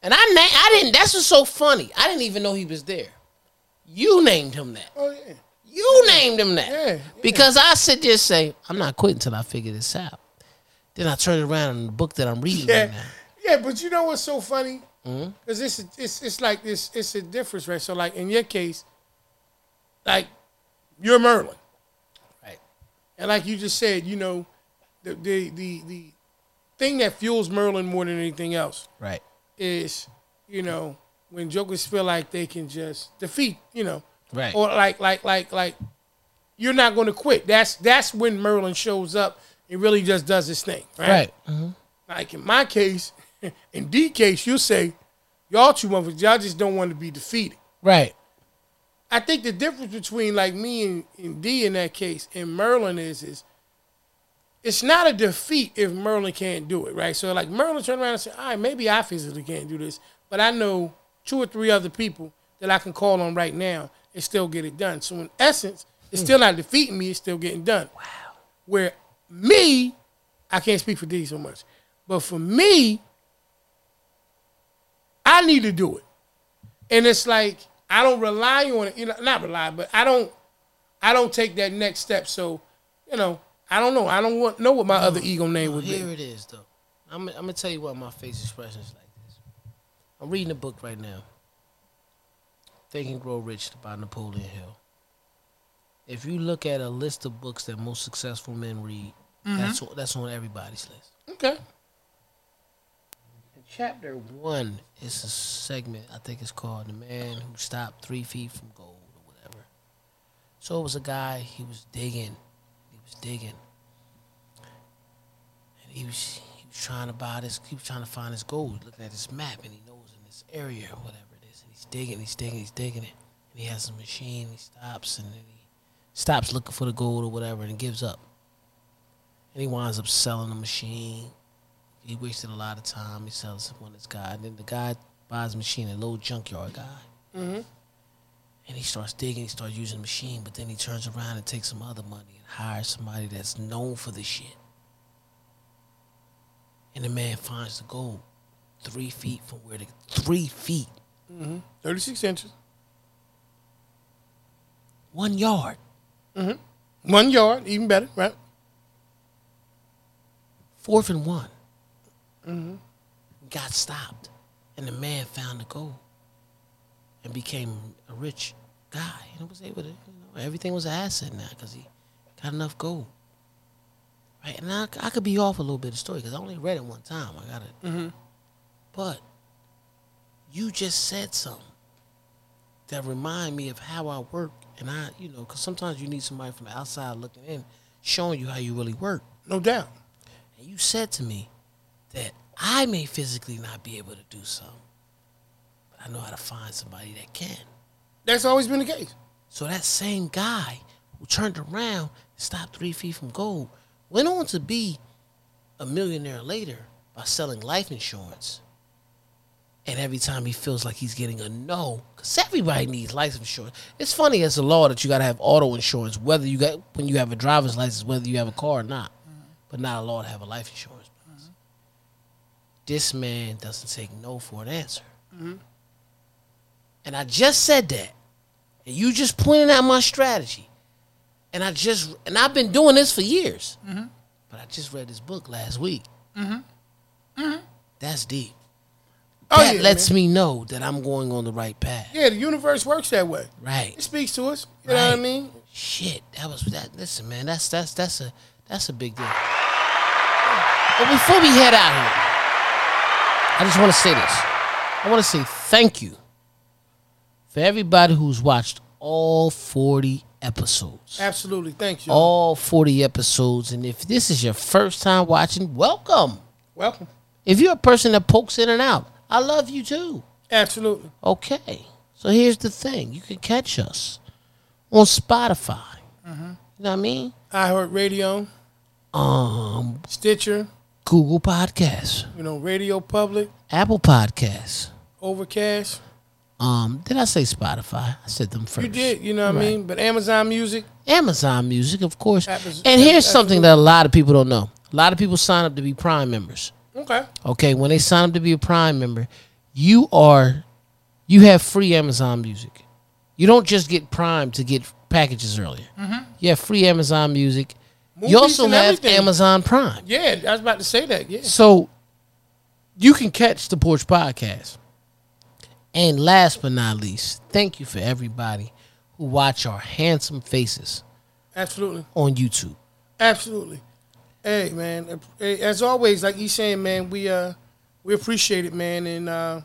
A: And I na- I didn't that's what's so funny. I didn't even know he was there. You named him that.
B: oh yeah,
A: You named him that.
B: Yeah, yeah.
A: Because I said just say, I'm not quitting until I figure this out. Then I turned around and the book that I'm reading right
B: yeah,
A: now.
B: yeah. But you know what's so funny?
A: Mm-hmm.
B: Because it's it's it's like this. It's a difference, right? So like in your case, like you're Merlin,
A: Right.
B: and like you just said, you know, the the the, the thing that fuels Merlin more than anything else
A: Right.
B: is, you know, when jokers feel like they can just defeat, you know,
A: Right.
B: or like like like like you're not going to quit. That's that's when Merlin shows up and really just does his thing, right?
A: Right.
B: Like in my case, in D case, you'll say, y'all two motherfuckers, y'all just don't want to be defeated.
A: Right.
B: I think the difference between like me and, and D in that case and Merlin is is it's not a defeat if Merlin can't do it, right? So like Merlin turned around and said, All right, maybe I physically can't do this, but I know two or three other people that I can call on right now and still get it done. So in essence, it's still not defeating me, it's still getting done. Wow. Where me, I can't speak for D so much, but for me, I need to do it. And it's like I don't rely on it, you know, not rely, but I don't I don't take that next step. So, you know, I don't know. I don't want, know what my other ego name would
A: Here
B: be.
A: it is, though. I'm, I'm gonna tell you why my face expression is like this. I'm reading a book right now. Think and Grow Rich by Napoleon Hill. If you look at a list of books that most successful men read, that's on- that's on everybody's list.
B: Okay.
A: And chapter one is a segment I think it's called "The Man Who Stopped Three Feet from Gold" or whatever. So it was a guy. He was digging. He was digging. And he was he was trying to buy this. He was trying to find his gold. Looking at this map, and he knows in this area or whatever it is. And he's digging. He's digging. He's digging it. And he has a machine. He stops and then he stops looking for the gold or whatever, and he gives up. And he winds up selling the machine he wasted a lot of time. He sells it one this guy, and then the guy buys a machine, a little junkyard guy, and he starts digging. He starts using the machine, but then he turns around and takes some other money and hires somebody that's known for this shit. And the man finds the gold three feet from where the three feet,
B: 36 inches,
A: one yard
B: one yard, even better, right?
A: fourth and one. Got stopped, and the man found the goal and became a rich guy. And was able to, you know, everything was an asset now because he got enough gold. Right, and I, I could be off a little bit of the story because I only read it one time. I got it, but you just said something that remind me of how I work, and I, you know, because sometimes you need somebody from the outside looking in, showing you how you really work.
B: No doubt.
A: And you said to me that I may physically not be able to do something, but I know how to find somebody that can.
B: That's always been the case.
A: So that same guy who turned around, stopped three feet from gold, went on to be a millionaire later by selling life insurance. And every time he feels like he's getting a no, because everybody needs life insurance. It's funny as a law that you got to have auto insurance, whether you got when you have a driver's license, whether you have a car or not. But not a law to have a life insurance. policy. This man doesn't take no for an answer. And I just said that, and you just pointed out my strategy and I just and I've been doing this for years.
B: Mm-hmm.
A: But I just read this book last week. That's deep.
B: Mm-hmm. Oh
A: that
B: yeah,
A: lets
B: man.
A: me know that I'm going on the right path.
B: Yeah, the universe works that way. It
A: Right.
B: speaks to us. You know what I
A: Right.
B: mean?
A: Shit. That was that. Listen, man. That's that's that's a that's a big deal. But before we head out here, I just want to say this. I want to say thank you for everybody who's watched all 40 episodes.
B: Absolutely. Thank you.
A: all 40 episodes. And if this is your first time watching, welcome.
B: Welcome.
A: If you're a person that pokes in and out, I love you too.
B: Absolutely.
A: Okay. So here's the thing you can catch us on Spotify.
B: Mm-hmm.
A: You know what I mean?
B: iHeartRadio,
A: Um,
B: Stitcher,
A: Google Podcasts,
B: you know, Radio Public,
A: Apple Podcasts.
B: Overcast.
A: Um, did I say Spotify? I said them first.
B: You did, you know what I mean? But Amazon Music,
A: Amazon Music, of course.
B: Apple's-
A: and here's
B: Apple's-
A: something that a lot of people don't know. A lot of people sign up to be Prime members.
B: okay.
A: Okay, when they sign up to be a Prime member, you are you have free Amazon Music. You don't just get Prime to get packages earlier. You have free Amazon Music.
B: Mm-hmm. Movies
A: you also
B: and
A: have
B: everything.
A: Amazon Prime,
B: Yeah, I was about to say that. Yeah.
A: so you can catch the Porch Podcast. And last but not least, thank you for everybody who watch our handsome faces
B: Absolutely.
A: on YouTube.
B: Absolutely. Hey man, hey, as always, like you saying, man, we uh we appreciate it, man, and uh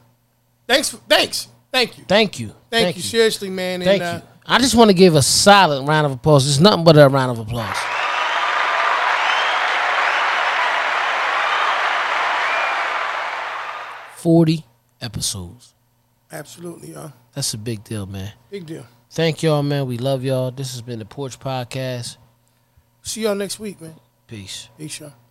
B: thanks for, thanks. Thank you.
A: Thank you,
B: Thank, you. seriously, man. And
A: Thank you.
B: uh,
A: I just want to give a solid round of applause. It's nothing but a round of applause. Forty episodes.
B: absolutely, y'all.
A: That's a big deal, man.
B: Big deal.
A: Thank y'all, man. We love y'all. This has been the Porch Podcast.
B: See y'all next week, man.
A: Peace.
B: Peace, y'all.